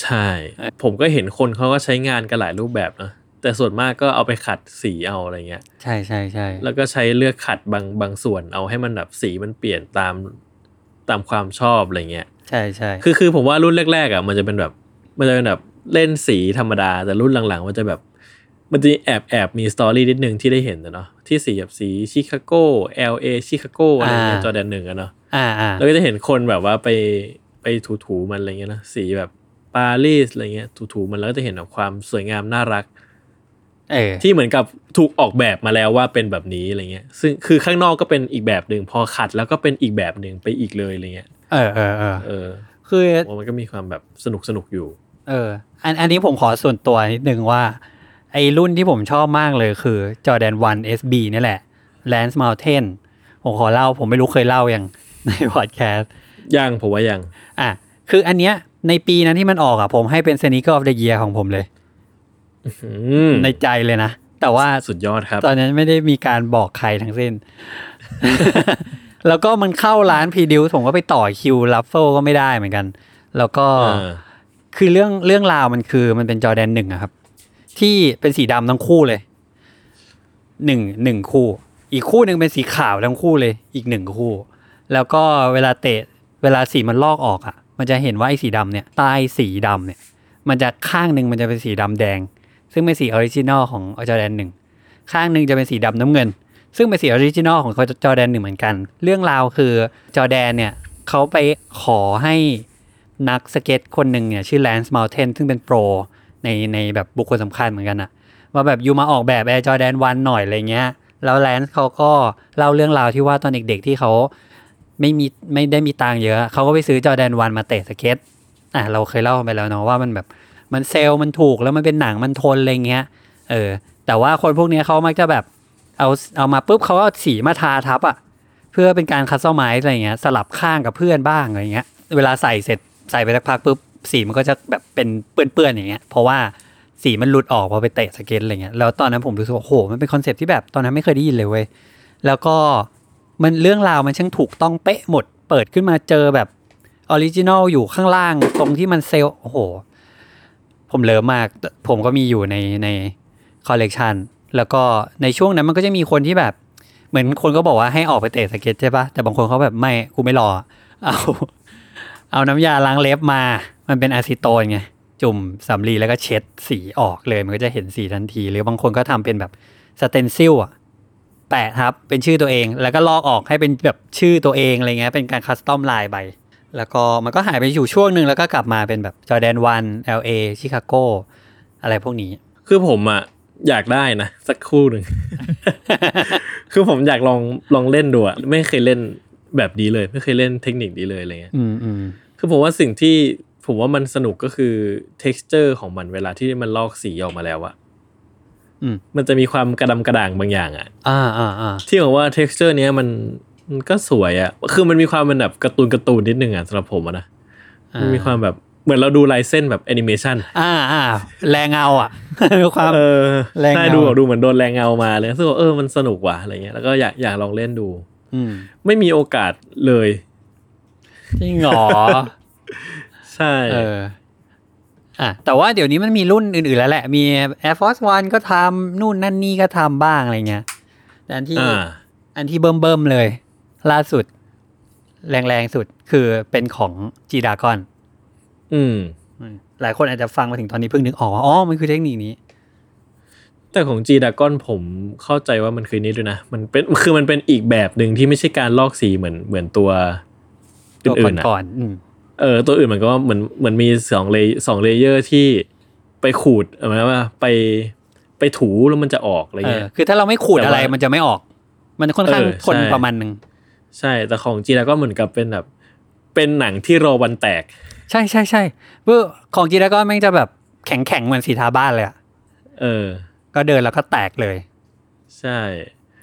ใช่ ผมก็เห็นคนเขาก็ใช้งานกันหลายรูปแบบนะแต่ส่วนมากก็เอาไปขัดสีเอาอะไรเงี้ย
ใช่ใช่ใช่
แล้วก็ใช้เลือกขัดบางบางส่วนเอาให้มันแบบสีมันเปลี่ยนตามตามความชอบอะไรเงี้ย
ใช่ใช่
คือคือผมว่ารุ่นแรกๆอ่ะมันจะเป็นแบบมันจะเป็นแบบเล่นสีธรรมดา แต่รุ่นหลังๆ มันจะแบบ มันจะแอบแอบมีสตอรี่นิดนึงที่ได้เห็นนะเนาะที่สีแบบสีชิคาโก LA ชิคาโกอะไรเงี้ยจอแดนหนึ่งอะเนาะ
อ่าอ่า
แล้วก็จะเห็นคนแบบว่าไปไปถูๆมันอะไรเงี้ยนะสีแบบปารีสอะไรเงี้ยถูๆมันแล้วก็จะเห็นแบบความสวยงามน่ารัก
เออ
ที่เหมือนกับถูกออกแบบมาแล้วว่าเป็นแบบนี้อะไรเงี้ย ซึ่งคือข้างนอกก็เป็นอีกแบบหนึ่งพอขัดแล้วก็เป็นอีกแบบหนึ่งไปอีกเลยอะไรเงี้ย
เออเออเออ
เออ
คือ
ผมว่ามันก็มีความแบบสนุกสนุกๆอยู่
เออ อันอันนี้ผมขอส่วนตัวนิดนึงว่า ไอ้รุ่นที่ผมชอบมากเลยคือ Jordan 1 SB นี่แหละ Lance Mountain ผมขอเล่าผมไม่รู้เคยเล่ายัง [laughs] ในพอดแคสต์
ยังผมว่ายัง
อ่ะ คืออันเนี้ยในปีนั้นที่มันออกอ่ะ ผมให้เป็น Sneaker of the Year ของผมเลย
อืม
ในใจเลยนะ แต่ว่า
สุดยอดครับ
ตอนนั้นไม่ได้มีการบอกใครทั้งสิ้น [laughs] แล้วก็มันเข้าร้านพีดิวผมก็ไปต่อคิวรับโฟก็ไม่ได้เหมือนกัน แล้วก็
อ่า
คือเรื่องเรื่องราวมันคือมันเป็นจอแดนหนึ่งอะครับ ที่เป็นสีดำทั้งคู่เลย หนึ่งหนึ่งคู่ อีกคู่หนึ่งเป็นสีขาวทั้งคู่เลย อีกหนึ่งคู่ แล้วก็เวลาเตะเวลาสีมันลอกออกอ่ะ มันจะเห็นว่าไอ้สีดำเนี่ยใต้สีดำเนี่ย มันจะข้างหนึ่งมันจะเป็นสีดำแดง ซึ่งเป็นสีออริจินอลของจอแดนหนึ่ง ข้างหนึ่งจะเป็นสีดำน้ำเงิน ซึ่งเป็นสีออริจินอลของจอแดนหนึ่งเหมือนกัน เรื่องราวคือจอแดนเนี่ยเขาไปขอให้นักสเก็ตคนหนึ่งเนี่ยชื่อแลนซ์มา t เทนซึ่งเป็นโปรในในแบบบุคคลสำคัญเหมือนกันอะว่าแบบอยู่มาออกแบบแอร์จอแดนวันหน่อยอะไรเงี้ย แล้วแลนซ์เขาก็เล่าเรื่องราวที่ว่าตอนเด็กๆที่เขาไม่มีไม่ได้มีตังค์เยอะ เขาก็ไปซื้อจอแดนวันมาเตะสเก็ต อ่ะเราเคยเล่าไปแล้วเนาะว่ามันแบบมันเซลล์มันถูกแล้วมันเป็นหนังมันทนอะไรเงี้ย เออ แต่ว่าคนพวกเนี้ยเขามักจะแบบเอาเอามาปุ๊บเขาก็เอาสีมาทาทับอะ่ะ เพื่อเป็นการคัสตอมไมซ์อะไรเงี้ย สลับข้างกับเพื่อนบ้างอะไรเงี้ย เวลาใส่เสร็จใส่ไปสักพักปุ๊บสีมันก็จะแบบเป็นเปื้อนๆอย่างเงี้ย เพราะว่าสีมันหลุดออกพอไปเตะสเก็ตอะไรเงี้ยแล้วตอนนั้นผมรู้สึกว่าโหมันเป็นคอนเซปต์ที่แบบตอนนั้นไม่เคยได้ยินเลยเว้ยแล้วก็มันเรื่องราวมันช่างถูกต้องเป๊ะหมด เปิดขึ้นมาเจอแบบออริจินอลอยู่ข้างล่างตรงที่มันเซลล์โอ้โห ผมเลิฟมากผมก็มีอยู่ในใน คอลเลกชันแล้วก็ในช่วงนั้นมันก็จะมีคนที่แบบ เหมือนคนก็บอกว่าให้ออกไปเตะสเก็ตใช่ปะแต่บางคนเขาแบบไม่กูไม่รอ เอา [laughs] เอาน้ำยาล้างเล็บมา มันเป็นอะซิโตนไง จุ่มสำลีแล้วก็เช็ดสีออกเลย มันก็จะเห็นสีทันที หรือบางคนก็ทำเป็นแบบสเตนซิลอะแปะครับ เป็นชื่อตัวเอง แล้วก็ลอกออกให้เป็นแบบชื่อตัวเองอะไรเงี้ย เป็นการคัสตอมลายไป แล้วก็มันก็หายไปอยู่ช่วงหนึ่งแล้วก็กลับมาเป็นแบบจอแดนวันเอลเอชิคาโกอะไรพวกนี้
คือผมอ่ะอยากได้นะ สักคู่หนึ่ง [laughs] คือผมอยากลองลองเล่นดูอ่ะไม่เคยเล่นแบบนี้เลย ไม่เคยเล่นเทคนิคนี้เลยอะไรเงี้ย
อืมอืม
คือผมว่าสิ่งที่ผมว่ามันสนุกก็คือ texture ของมันเวลาที่มันลอกสีออกมาแล้วอะ
อืม
มันจะมีความกระดำกระด่างบางอย่างอะ
อ่าอ่าอ่า
ที่ผมว่า texture เนี้ยมันมันก็สวยอะคือมันมีความเป็นแบบการ์ตูนการ์ตูนนิดนึงอะสำหรับผมอะนะ มันมีความแบบเหมือนเราดูลายเส้นแบบแอนิเมชัน
อ่าอ่าแรงเงาอ่ะ [laughs] มีความ
เออ
แรงเงา
ใช่ดูแบบดูเหมือนโดนแรงเงามาเลยรู้สึกว่าเออมันสนุกว่ะอะไรเงี้ย แล้วก็อยากอยากลองเล่นดู
อืม
ไม่มีโอกาสเลย
จริงเหรอ
ใช่
เอออ่ะแต่ว่าเดี๋ยวนี้มันมีรุ่นอื่นๆแล้วแหละ มี Air Force One ก็ทำนู่นนั่นนี่ก็ทำบ้างอะไรเงี้ยแต่อันที่
อ่า
อันที่เบิ่มๆเลย ล่าสุด แรงๆสุดคือเป็นของจีดากอน
อืม
หลายคนอาจจะฟังมาถึงตอนนี้เพิ่งนึกออกว่าอ๋อมันคือเทคนิคนี้
แต่ของจีดากอนผมเข้าใจว่ามันคือนี้ด้วยนะ มันเป็นคือมันเป็นอีกแบบหนึ่งที่ไม่ใช่การลอกสีเหมือนเหมือนตัว
ตัว
อื่นๆอะ
ก่อนๆอืม
เออตัวอื่นมันก็ว่าเหมือนเหมือนมีสองเลสองเลเยอร์ที่ไปขูดเอาไหมายว่าไปไปถูแล้วมันจะออกอะไร
เออ
เงี้ย
คือถ้าเราไม่ขูด
แต่ว่า
อะไรมันจะไม่ออก มันค่อนข้าง
เออ
ทน
ใช่
ประมาณหนึ่ง
ใช่ แต่ของจีดากอนเหมือนกับเป็นแบบ เป็นหนังที่รอวันแตก
ใช่ใช่ใช่เพื่อของจีนแล้วก็แม่งจะแบบแข็งแข็งๆเหมือนสีทาบ้านเลยอะ
เออ
ก็เดินแล้วก็แตกเลย [laughs]
ใช่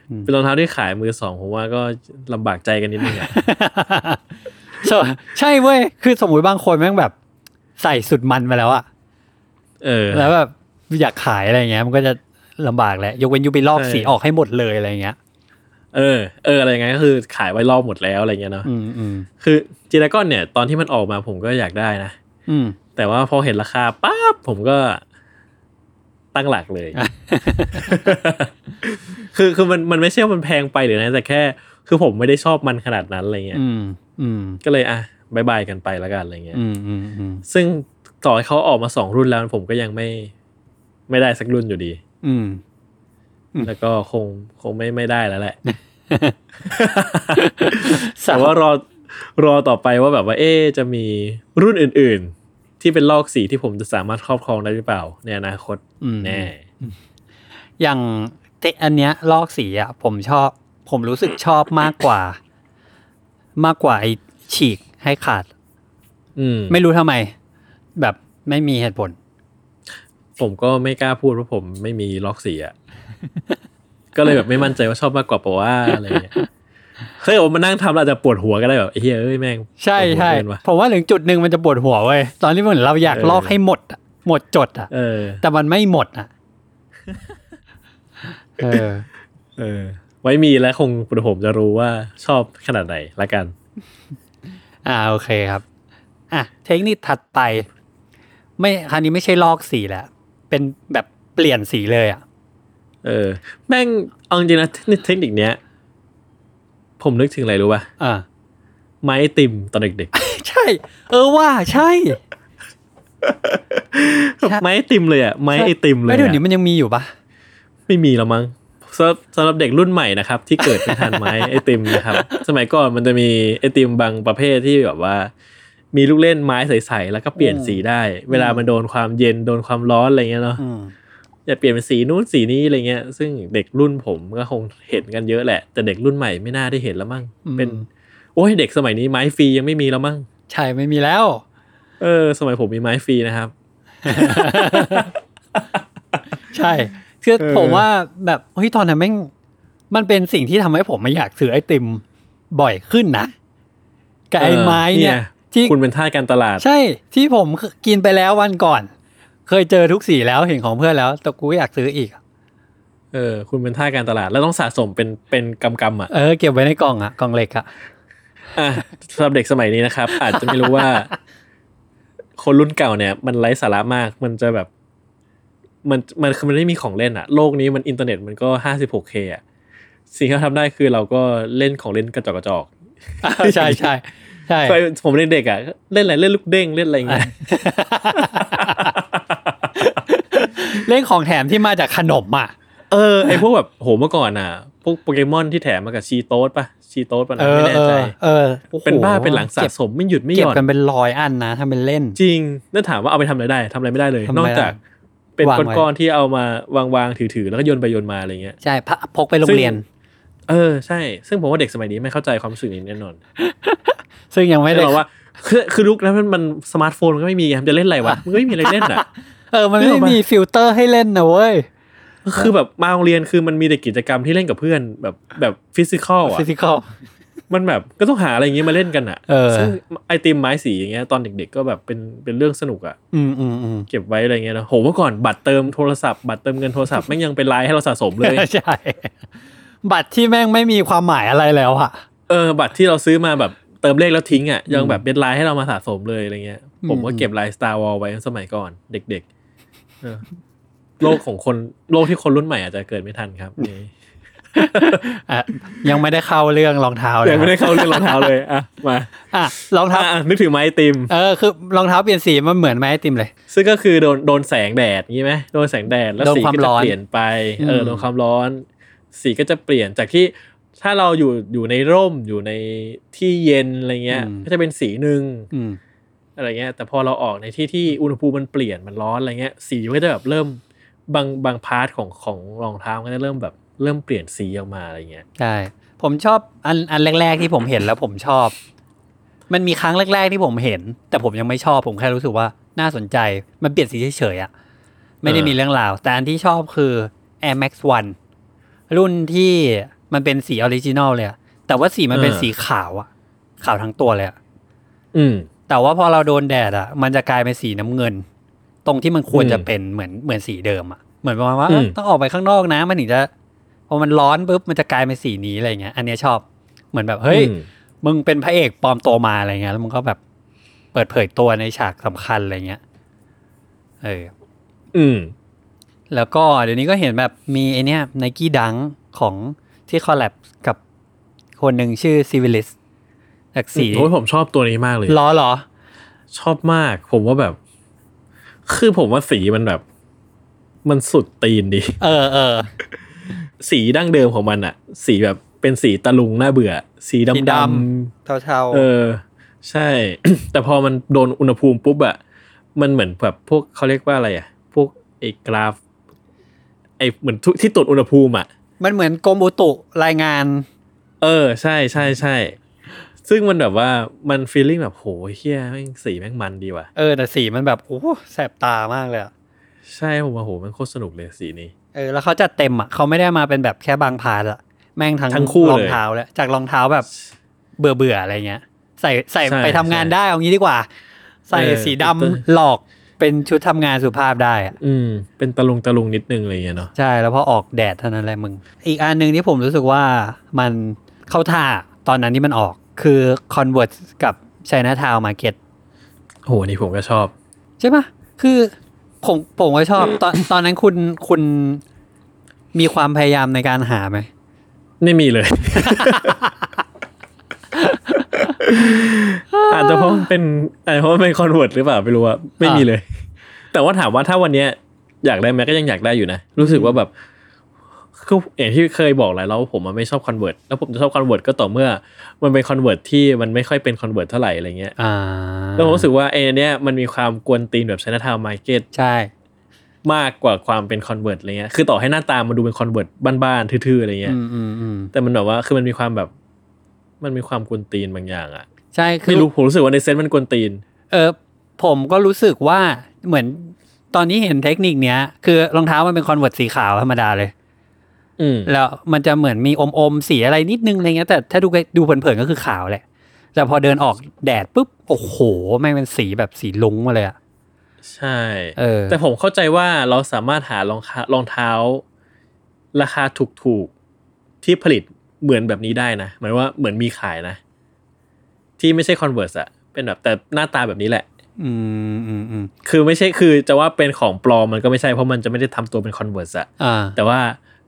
อืม
เป็นรองเท้าที่ขายมือสองผมว่าก็ลำบากใจกันนิดนึงอะ
ใช่ใช่เว้ย คือสมมุติบางคนแม่งแบบใส่สุดมันไปแล้วอะ
เออ
แล้วแบบอยากขายอะไรเงี้ย มันก็จะลำบากแหละ ยกเว้นยูไปลอก
ใช่
สีออกให้หมดเลยอะไรเงี้ย
เออ เอออะไรเงี้ยก็คือขายไว้รอบหมดแล้วอะไรเงี้ยเนาะ
อืมอืม
คือจีดากอนเนี่ยตอนที่มันออกมาผมก็อยากได้นะ
อืม
แต่ว่าพอเห็นราคาปั๊บผมก็ตั้งหลักเลย คือคือมันมันไม่ใช่ว่ามันแพงไปหรืออะไรแต่แค่ คือผมไม่ได้ชอบมันขนาดนั้นอะไรเงี้ย
อืมอืม
ก็เลยอ่ะบายบายกันไปละกันอะไรเงี้ย
อืมอืมอืม
ซึ่งต่อให้เขาออกมาสองรุ่นแล้วผมก็ยังไม่ไม่ได้สักรุ่นอยู่ดี
อืม
[laughs] แล้วก็คงคงไม่ไม่ได้แล้วแหละ
เศร้า
แต่ว่ารอรอต่อไปว่าแบบว่าเอ๊ะจะมีรุ่นอื่นๆ ที่เป็นลอกสีที่ผมจะสามารถครอบครองได้หรือเปล่า ในอนาคต
อืม
แน่
อย่างเตะอันเนี้ยลอกสีอ่ะผมชอบ ผมรู้สึกชอบมากกว่า มากกว่าไอฉีกให้ขาด
อืม
ไม่รู้ทำไม แบบไม่มีเหตุผล
ผมก็ไม่กล้าพูดว่าผมไม่มีลอกสีอ่ะ [laughs] ก็เลยแบบไม่มั่นใจว่าชอบมากกว่าเปล่าว่าอะไรเงี้ยเฮ้ยผมมานั่งทำแล้วอาจจะปวดหัวก็ได้แบบเฮ้ยเอ้ยแม่ง
ใช่
ปวดหัว
ใช่
เกินว่ะ
ผมว่าถึงจุดหนึ่งมันจะปวดหัวเว้ยตอนนี้เหมือนเราอยาก
เออ
ลอกให้หมดอะหมดจดอ่ะ
เออ
แต่มันไม่หมด
[laughs]
อ่ะ เออ
เออ ไว้มีแล้วคงคุณผมจะรู้ว่าชอบขนาดไหนละกัน
อ่าโอเคครับ อ่ะเทคนิคถัดไป ไม่คราวนี้ไม่ใช่ลอกสีแล้วเป็นแบบเปลี่ยนสีเลยอ่ะ
เออ แม่งเอาจริงนะเทคนิคเนี้ย ผมนึกถึงอะไรรู้ป่ะ
อ่า [laughs]
ไม้ไอติมตอนเด็ก
ใช่ เออว่าใช่ ใช่
ๆ ไม้ไอติมเลยอ่ะไม้ไอติมเลย
ไม่
อะ
เดี๋ยวนี้มันยังมีอยู่ปะ
ไม่มีแล้วมั้งสำหรับสำหรับเด็กรุ่นใหม่นะครับ ที่เกิดไม่ทันไม้ไอติมนะครับ [laughs] สมัยก่อนมันจะมีไอติมบางประเภทที่แบบว่า มีลูกเล่นไม้ใสๆแล้วก็เปลี่ยนสีได้ เวลามันโดนความเย็นโดนความร้อนอะไรเงี้ยเนาะ
อืม
อย่าเปลี่ยนเป็นสีนู้นสีนี้อะไรเงี้ย ซึ่งเด็กรุ่นผมก็คงเห็นกันเยอะแหละ แต่เด็กรุ่นใหม่ไม่น่าได้เห็นแล้วมั้ง
อืม
เป็น โอ้ยเด็กสมัยนี้ไม้ฟรียังไม่มีแล้วมั้ง
ใช่ไม่มีแล้ว
เออ สมัยผมมีไม้ฟรีนะครับ
ใช่
[laughs]
คือ
เออ
ผมว่าแบบเฮ้ยตอนนั้นแม่งมันเป็นสิ่งที่ทำให้ผมไม่อยากซื้อไอติมบ่อยขึ้นนะกับไอ้ไม้เนี่ย ที่
คุณเป็นท่าสการตลาด
ใช่ที่ผมกินไปแล้ววันก่อน เคยเจอทุกสีแล้วเห็นของเพื่อนแล้วแต่กูก็อยากซื้ออีก
เออ คุณเป็นท่าสการตลาด แล้วต้องสะสมเป็นเป็นกำกำๆอ่ะ
เออเก็บไว้ในกล่องอะกล่องเหล็กอะ [laughs]
อ่ะสำหรับเด็กสมัยนี้นะครับ อาจจะไม่รู้ว่า คนรุ่นเก่าเนี่ย มันไร้สาระมาก มันจะแบบ มันมันคือมันไม่มีของเล่นอะโลกนี้มันอินเทอร์เน็ตมันก็ห้าสิบหกเคอะสิ่งที่เราทำได้คือเราก็เล่นของเล่นกระจอกกระจอก
ใช่ใช่ใช่
เคยผมเด็กๆอ่ะเล่นอะไรเล่นลูกเด้งเล่นอะไรเงี้ย
[laughs] เล่นของแถมที่มาจากขนมอ่ะ
[laughs] เออไอพวกแบบโหเมื่อก่อนอ่ะ พวกโปเกมอนที่แถมมากับชีโต้ป่ะชีโต้ป่ะนะ
เอ
[laughs] ไม่
อ
แน่
เอ
ใจ
อเออ
เป็นบ้าเป็นหลังสะ
เก็บ
สมไม่หยุดไม่ห
เก็บ
ย่อน
กันเป็นร้อยอันนะทำเป็นเล่น
จริงแล้วถามว่าเอาไปทำอะไรได้ทำอะไรไม่ได้เลย
ทำอะไร
นอกจากเป็น
วางไว้
ก้อนๆที่เอามาวางวางๆถือๆ แล้วก็โยนไปโยนมาอะไรเงี้ย
ใช่พะพกไปโรงเรียน
เออใช่ ซึ่งผมว่าเด็กสมัยนี้ไม่เข้าใจความรู้สึกนี้แน่นอน
ซึ่งยังไม่
ไม่
ได้
หรอกว่าคือคือลุกนั้นมันมันสมาร์ทโฟนก็ไม่มีไงมันจะเล่นอะไรวะมันก็ไม่มีอะไรเล่นอ่ะ
[laughs] เออ มัน
นึกอ
ไม่
อกปะ
มีฟิลเตอร์ให้เล่นนะเว้ย
คือแบบมาโรงเรียนคือมันมีแต่กิจกรรมที่เล่นกับเพื่อนแบบแบบฟิสิกอลอ่ะ
ฟิสิกอล
มันแบบก็ต้องหาอะไรอย่างงี้มาเล่นกันอ่ะ
เออ
ซึ่งไอติมไม้สีอย่างเงี้ยตอนเด็กๆก็แบบเป็นเป็นเรื่องสนุกอ่ะ
อืมอืมอืม
เก็บไว้อะไรเงี้ยเนอะโหเมื่อก่อนบัตรเติมโทรศัพท์บัตรเติมเงินโทรศัพท์แม่งยังเป็นลายให้เราสะสมเลย
ใช่ บัตรที่แม่งไม่มีความหมายอะไรแล้วอะ
เออบัตรที่เราซื้อมาแบบเติมเลขแล้วทิ้งอ่ะยังแบบเป็นลายให้เรามาสะสมเลยอะไรเงี้ย
อืม
ผมก็เก็บลาย Star War ไว้สมัยก่อนเด็กๆเอ
[laughs]
อโลกของคนโลกที่คนรุ่นใหม่อาจจะเกิดไม่ทันครับนี่
อ่ะยังไม่ได้เข้าเรื่องรองเท้าเลย
ยังไม่ได้เข้าเรื่องรองเท้าเลยอ่ะมา
อ่ะรองเท้า
อ่ะอ่ะนึกถึงไม้ไอติม
เออคือรองเท้าเปลี่ยนสีมันเหมือนไม้ไอติมเลย
ซึ่งก็คือโดนโดนแสงแดดงี้ไหมโดนแสงแดดแล้ว
โดน
สี
ความ
ก็
ร้อ
จะ
น
เปลี่ยนไปเออ
ม
อโดนความร้อน สีก็จะเปลี่ยนจากที่ถ้าเราอยู่อยู่ในร่มอยู่ในที่เย็นอะไรเงี้ย ก็จะเป็นสีหนึ่ง
อืม
อะไรเงี้ย แต่พอเราออกในที่ที่อุณหภูมิมันเปลี่ยนมันร้อนอะไรเงี้ย สีก็จะแบบเริ่มบางบางพาร์ทของของรองเท้าก็จะเริ่มแบบเริ่มเปลี่ยนสีออกมาอะไรเงี้ย
ใช่ ผมชอบอันอันแรก ๆ ที่ผมเห็นแล้วผมชอบ มันมีครั้งแรก ๆ ที่ผมเห็น แต่ผมยังไม่ชอบผมแค่รู้สึกว่าน่าสนใจ มันเปลี่ยนสีเฉยๆอะไม่ได้มีเรื่องราว แต่อันที่ชอบคือ Air Max 1 รุ่นที่มันเป็นสีออริจินอลเลยอะแต่ว่าสีมันเป็น
เออ
สีขาวอะขาวทั้งตัวเลยอะ
อืม
แต่ว่าพอเราโดนแดดอะมันจะกลายเป็นสีน้ำเงิน ตรงที่มันควรจะเป็นเหมือนเหมือนสีเดิมอะเหมือนประมาณว่า
อืม
เอ้ยต้องออกไปข้างนอกนะ มันถึงจะพอมันร้อนปุ๊บมันจะกลายเป็นสีนี้อะไรเงี้ย อันเนี้ยชอบเหมือนแบบเฮ้ย
อืม
มึงเป็นพระเอกปลอมตัวมาอะไรเงี้ยแล้วมึงก็แบบเปิดเผยตัวในฉากสำคัญอะไรเงี้ย เออ
อืม
แล้วก็เดี๋ยวนี้ก็เห็นแบบมีไอเนี้ยไนกี้ดังของที่คอลแลบกับคนหนึ่งชื่อซิวิลิสจากสี
โอ้ยผมชอบตัวนี้มากเลย
ล้อเหรอ
ชอบมาก ผมว่าแบบ คือผมว่าสีมันแบบ มันสุดตีนดี
เออเออ
สีดั้งเดิมของมันอะสีแบบเป็นสีตะลุงน่าเบื่อ สีด
สีด
ำ
เทาเทา
ๆเออ ใช่ [coughs] แต่พอมันโดนอุณหภูมิปุ๊บอะมันเหมือนแบบพวกเขาเรียกว่าอะไรอะพวกไอ้กราฟ ไอ้เหมือนทุที่ตรวจอุณหภูมิอะ
มันเหมือนกรมอุตุรายงาน
เออ ใช่ใช่ใช่ซึ่งมันแบบว่ามันฟีลลิ่งแบบโหเฮียแม่งสีแม่งมันดีว่ะ
เออ แต่สีมันแบบ โอ้แสบตามากเลยอะ
ใช่ผมว่าโหมันโคตรสนุกเลยสีนี้
เออ แล้วเขาจัดเต็มอ่ะเขาไม่ได้มาเป็นแบบแค่บางพาร์ทอะแม่งทั้
ทั้งคู่
รอ
เล
ง
ย
เท้าแล้วจากรองเท้าแบบเบื่อเบื่อๆอะไรเงี้ย ใส่ใส่
ใช่
ไปทำงาน
ใช่
ได้เอางี้ดีกว่า ใส่
เออ
สีดำ
เป็น
หลอกเป็นชุดทำงานสุภาพได้อะ
อืม เป็นตะลุงตะลุงนิดนึงอะไรเงี้ยเนาะ
ใช่แล้วพอออกแดดเท่านั้นแหละมึง อีกอันหนึ่งที่ผมรู้สึกว่ามันเข้าท่าตอนนั้นที่มันออกคือ Convert กับ China Town Market
โหอันนี่ผมก็ชอบ
ใช่ปะคือผมผมก็ชอบ ตอนตอนนั้นคุณคุณมีความพยายามในการหาไหม
ไม่มีเลย อาจจะเพราะมันเป็นอาจจะเพราะมันเป็นคอนเวิร์ตหรือเปล่าไม่รู้ว่าไม่มีเลย แต่ว่าถามว่าถ้าวันเนี้ยอยากได้ไหมก็ยังอยากได้อยู่นะ รู้สึกว่าแบบคืออย่างที่เคยบอกหลายรอบว่าผมมันไม่ชอบคอนเวิร์ตแล้วผมจะชอบคอนเวิร์ตก็ต่อเมื่อ มันเป็นคอนเวิร์ตที่มันไม่ค่อยเป็นคอนเวิร์ตเท่าไหร่อะไรเงี้ย
อ่า
แล้วผมรู้สึกว่าไอ้อันเนี้ยมันมีความกวนตีนแบบชนะทาวมาร์เก็ต
ใช่
มากกว่าความเป็นคอนเวิร์ตอะไรเงี้ย คือต่อให้หน้าตามันดูเป็นคอนเวิร์ตบ้านๆ ทื่อๆ อะไรเงี้ย
อืมอืมอืม
แต่มันแบบว่า คือมันมีความแบบ มันมีความกวนตีนบางอย่างอะ
ใช่คื
ไม่
อ
รู้ผมรู้สึกว่าในเซนต์มันกวนตีน
เออผมก็รู้สึกว่าเหมือนตอนนี้เห็นเทคนิคเนี้ย คือรองเท้ามันเป็น Convert สีขาวธรรมดาเลย
อืม
แล้วมันจะเหมือนมีอมอมๆสีอะไรนิดนึงอะไรเงี้ยแต่ถ้าดูไกลดูเผินๆก็คือขาวแหละ แต่พอเดินออกแดดปุ๊บ โอ้โหแม่งเป็นสีแบบสีลุงมาเลยอะ
ใช่
เออ
แต่ผมเข้าใจว่าเราสามารถหารองเท้ารองเท้า ราคาถูกๆ ที่ผลิตเหมือนแบบนี้ได้นะ หมายว่าเหมือนมีขายนะ ที่ไม่ใช่คอนเวิร์สอะเป็นแบบแต่หน้าตาแบบนี้แหละ
อืมอืมอืม
คือไม่ใช่ คือจะว่าเป็นของปลอมมันก็ไม่ใช่ เพราะมันจะไม่ได้ทำตัวเป็นคอนเวิร์สอะ
อ่า
แต่ว่า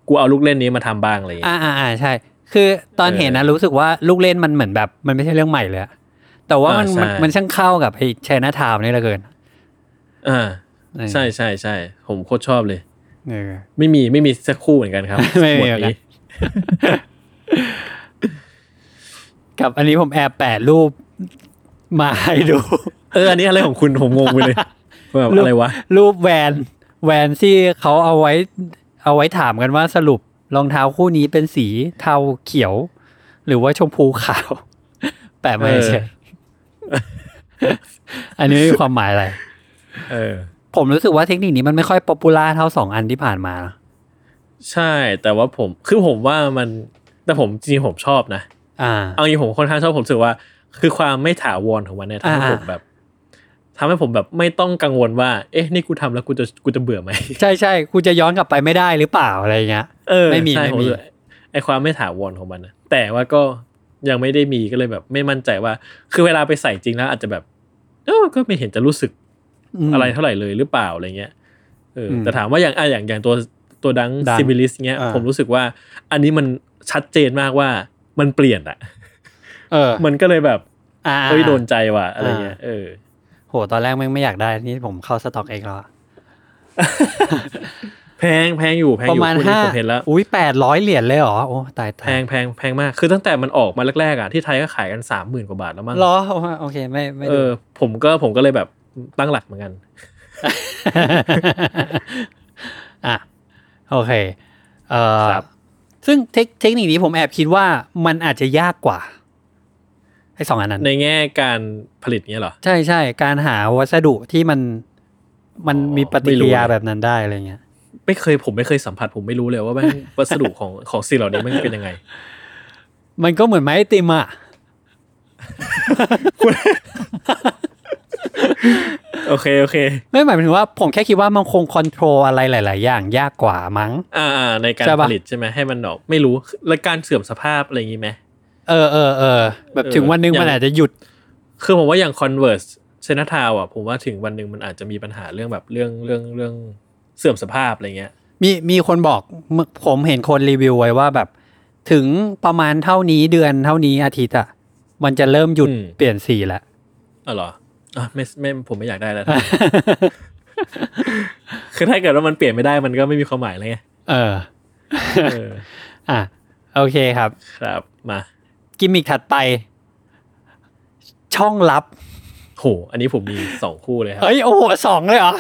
กูเอาลูกเล่นนี้มาทำบ้างอะไรอย่างเงี้ย
อ่าอ่าอ่าใช่ คือตอนเห็นนะรู้สึกว่าลูกเล่นมันเหมือนแบบ มันไม่ใช่เรื่องใหม่เลยอะแต่ว่ามัน
อ่าใช่
มันมันช่างเข้ากับไอ้ชน่าทาวนี่เหละเกิน
อ่า
เออ
ใช่ใช่ใช่ผมโคตรชอบเลย
เออ
ไม่มีไม่มีสักคู่เหมือนกันครับ
ไม่มี
หมวด
เหมือนกัน
นี้
กับอันนี้ผมแอบแปะรูปมาให้ดู [laughs]
เอออันนี้อะไรของคุณ ผมงงไปเลยแบบ
รูป
อะไรวะ
รูปแวนแวนที่เขาเอาไว้เอาไว้ถามกันว่าสรุปรองเท้าคู่นี้เป็นสีเทาเขียว หรือว่าชมพูขาว [laughs] แปะไม่
เออ
ใช่ อันนี้ไม่มีความหมายอะไร
เออ
ผมรู้สึกว่าเทคนิคนี้มันไม่ค่อยป๊อปปูล่าเท่าสองอันที่ผ่านมานะ
ใช่แต่ว่าผมคือผมว่ามันแต่ผมจริงๆผมชอบนะ
อ่า
เอาจริงผมค่อนข้างชอบผมรู้สึกว่า คือความไม่ถาวรของมันเนี่ยทำให้
อ่า
ผมแบบทำให้ผมแบบไม่ต้องกังวลว่า เอ๊ะนี่กูทำแล้วกูจะกูจะเบื่อไหม
ใช่ใช่กูจะย้อนกลับไปไม่ได้หรือเปล่าอะไรอย่างเงี้ย
เออ
ไม่มี
ใช่
ไม่
ผ
มี
รู้สึกไอความไม่ถาวรของมันนะแต่ว่าก็ยังไม่ได้มีก็เลยแบบ ไม่มั่นใจว่า คือเวลาไปใส่จริงแล้ว อาจจะแบบเออก็ไม่เห็นจะรู้สึก
ม
อะไรเท่าไหร่เลยหรือเปล่าอะไรเงี้ยเอออ
ม
แต่ถามว่าอย่างอ่ะอย่างอย่างตัวตัวดัง
ดัง
ซิบิลิสเงี้ย
อ่า
ผมรู้สึกว่า อันนี้มันชัดเจนมากว่ามันเปลี่ยนอะ
เออ
มันก็เลยแบบ
อ่า
เอ้ยโดนใจว่ะอะไรเงี้ยเออ
โหตอนแรกแม่งไม่อยากได้นี่ผมเข้าสต็อกเองแล้วอะ
แพงแพงอยู่แพงอ
ประ
ยู่
มาณ
คู่นี้
ห้า
ผมเห็นแล้ว
อุ้ยแปดร้อยเหรียญเลยเหรอโอ้ตายตาย
แพงแพงแพงมากคือตั้งแต่มันออกมาแรกๆอ่ะที่ไทยก็ขายกันสามหมื่นกว่าบาทแล้วมั้ง
เหรอโอเคโอเคไม่ไม่
เอ
ดู
อ ผมก็ผมก็เลยแบบตั้งหลักเหมือนกัน
[laughs] อ่ะโอเคเออ
ครับ
ซึ่งเทคเทคนิคนี้ผมแอบคิดว่ามันอาจจะยากกว่าไอ้สองอันนั้น
ในแง่การผลิตเนี้ยเหรอ
ใช่ใช่การหาวัสดุที่มันมัน
อ๋อ
มีปฏิกิริยา
ไม่รู้นะ
แบบนั้นได้อะไรเงี้ย
ไม่เคยผมไม่เคยสัมผัสผมไม่รู้เลยว่าแม่ง วัสดุของของสิ่งเหล่านี้มันเป็นยังไง
มันก็เหมือนไม้ไอติมอ่ะ
โอเคโอเค
ไม่หมายถึงว่าผมแค่คิดว่ามันคงคอนโทรลอะไรหลาย ๆ อย่างยากกว่ามั้ง
อ่าอ่าในการ
ใช่ปะ
ผลิตใช่ไหมให้มันออกไม่รู้และการเสื่อมสภาพอะไรอย่างงี้ไหม
เออเออเออแบบ
เออ
ถึงวันหนึง
อย่าง
มันอาจจะหยุด
คือผมว่าอย่าง Converse เซนาทาวอ่ะผมว่าถึงวันหนึ่งมันอาจจะมีปัญหาเรื่องแบบเรื่องเรื่องเรื่องเสื่อมสภาพอะไรเงี้ย
มีมีคนบอกมึผมเห็นคนรีวิวไว้ว่าแบบ ถึงประมาณเท่านี้เดือนเท่านี้อาทิตย์อะมันจะเริ่มหยุด
อืม
เปลี่ยนสีแล้ว
อ๋อเหรออ่ะไม่ไม่ผมไม่อยากได้แล้ว [laughs] คือถ้าเกิดว่ามันเปลี่ยนไม่ได้มันก็ไม่มีความหมายเลยไง
เออ
เออ
อ่ะ โอเคครับ
ครับมา
กิมมิคถัดไป ช่องลับ
โหอันนี้ผมมีสองคู่เลยครับ
เฮ้ย โอ้โหสองเลยเหรอ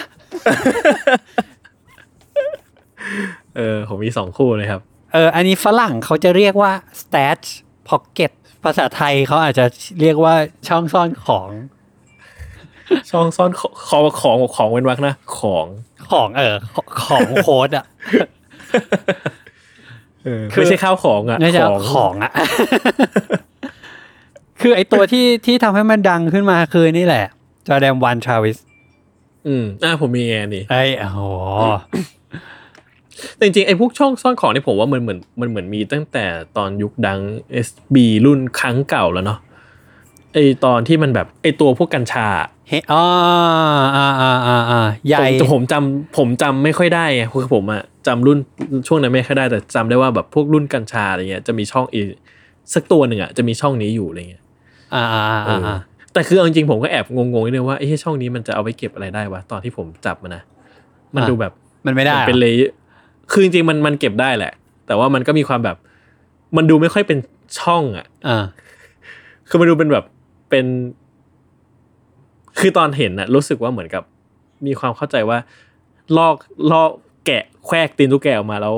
เออผมมีสองคู่เลยครับ
เออ อันนี้ฝรั่งเขาจะเรียกว่า stash pocket ภาษาไทยเขาอาจจะเรียกว่าช่องซ่อนของ
ช่องซ่อนขของของของเว้นวรรคนะของ
ของเออ ของโค้ดอะ คือ
ไม่ใช่ข้าวของอ่ะ
น่าจะของอะ คือไอตัวที่ที่ทำให้มันดังขึ้นมาคือนี่แหละ จอแดนวันทราวิส
อืมอ่าผมมีไงอันนี่
ไอยโอ้โห
แต่จริงๆไอ้พวกช่องซ่อนของนี่ผมว่ามันเหมือนมันเหมือนมีตั้งแต่ตอนยุคดัง SB รุ่นครั้งเก่าแล้วเนาะไอตอนที่มันแบบไอตัวพวกกัญชา
เฮ้อ่าอ่าอ่าอ่าอ่าใหญ่
ผมผมจำผมจำไม่ค่อยได้ไงคือผมอะจำรุ่นช่วงนั้นไม่ค่อยได้แต่จำได้ว่าแบบพวกรุ่นกัญชาอะไรเงี้ยจะมีช่องอีสักตัวหนึ่งอะจะมีช่องนี้อยู่อะไรเงี้ย
อ่าอ่าอ่าอ่า
แต่คือเอาจริงๆผมก็แอบงงๆนิดนึงว่าไอ้ยช่องนี้มันจะเอาไปเก็บอะไรได้วะตอนที่ผมจับมันนะมันดูแบบ
มันไม่ได้
มัน
อะ
เป็นเลยคือจริงๆมันมันเก็บได้แหละ แต่ว่ามันก็มีความแบบ มันดูไม่ค่อยเป็นช่องอ่ะ
อ่า
คือมันดูเป็นแบบเป็น คือตอนเห็นน่ะ รู้สึกว่าเหมือนกับ มีความเข้าใจว่า ลอกลอกแกะแควกตีนตุ๊กแกออกมาแล้ว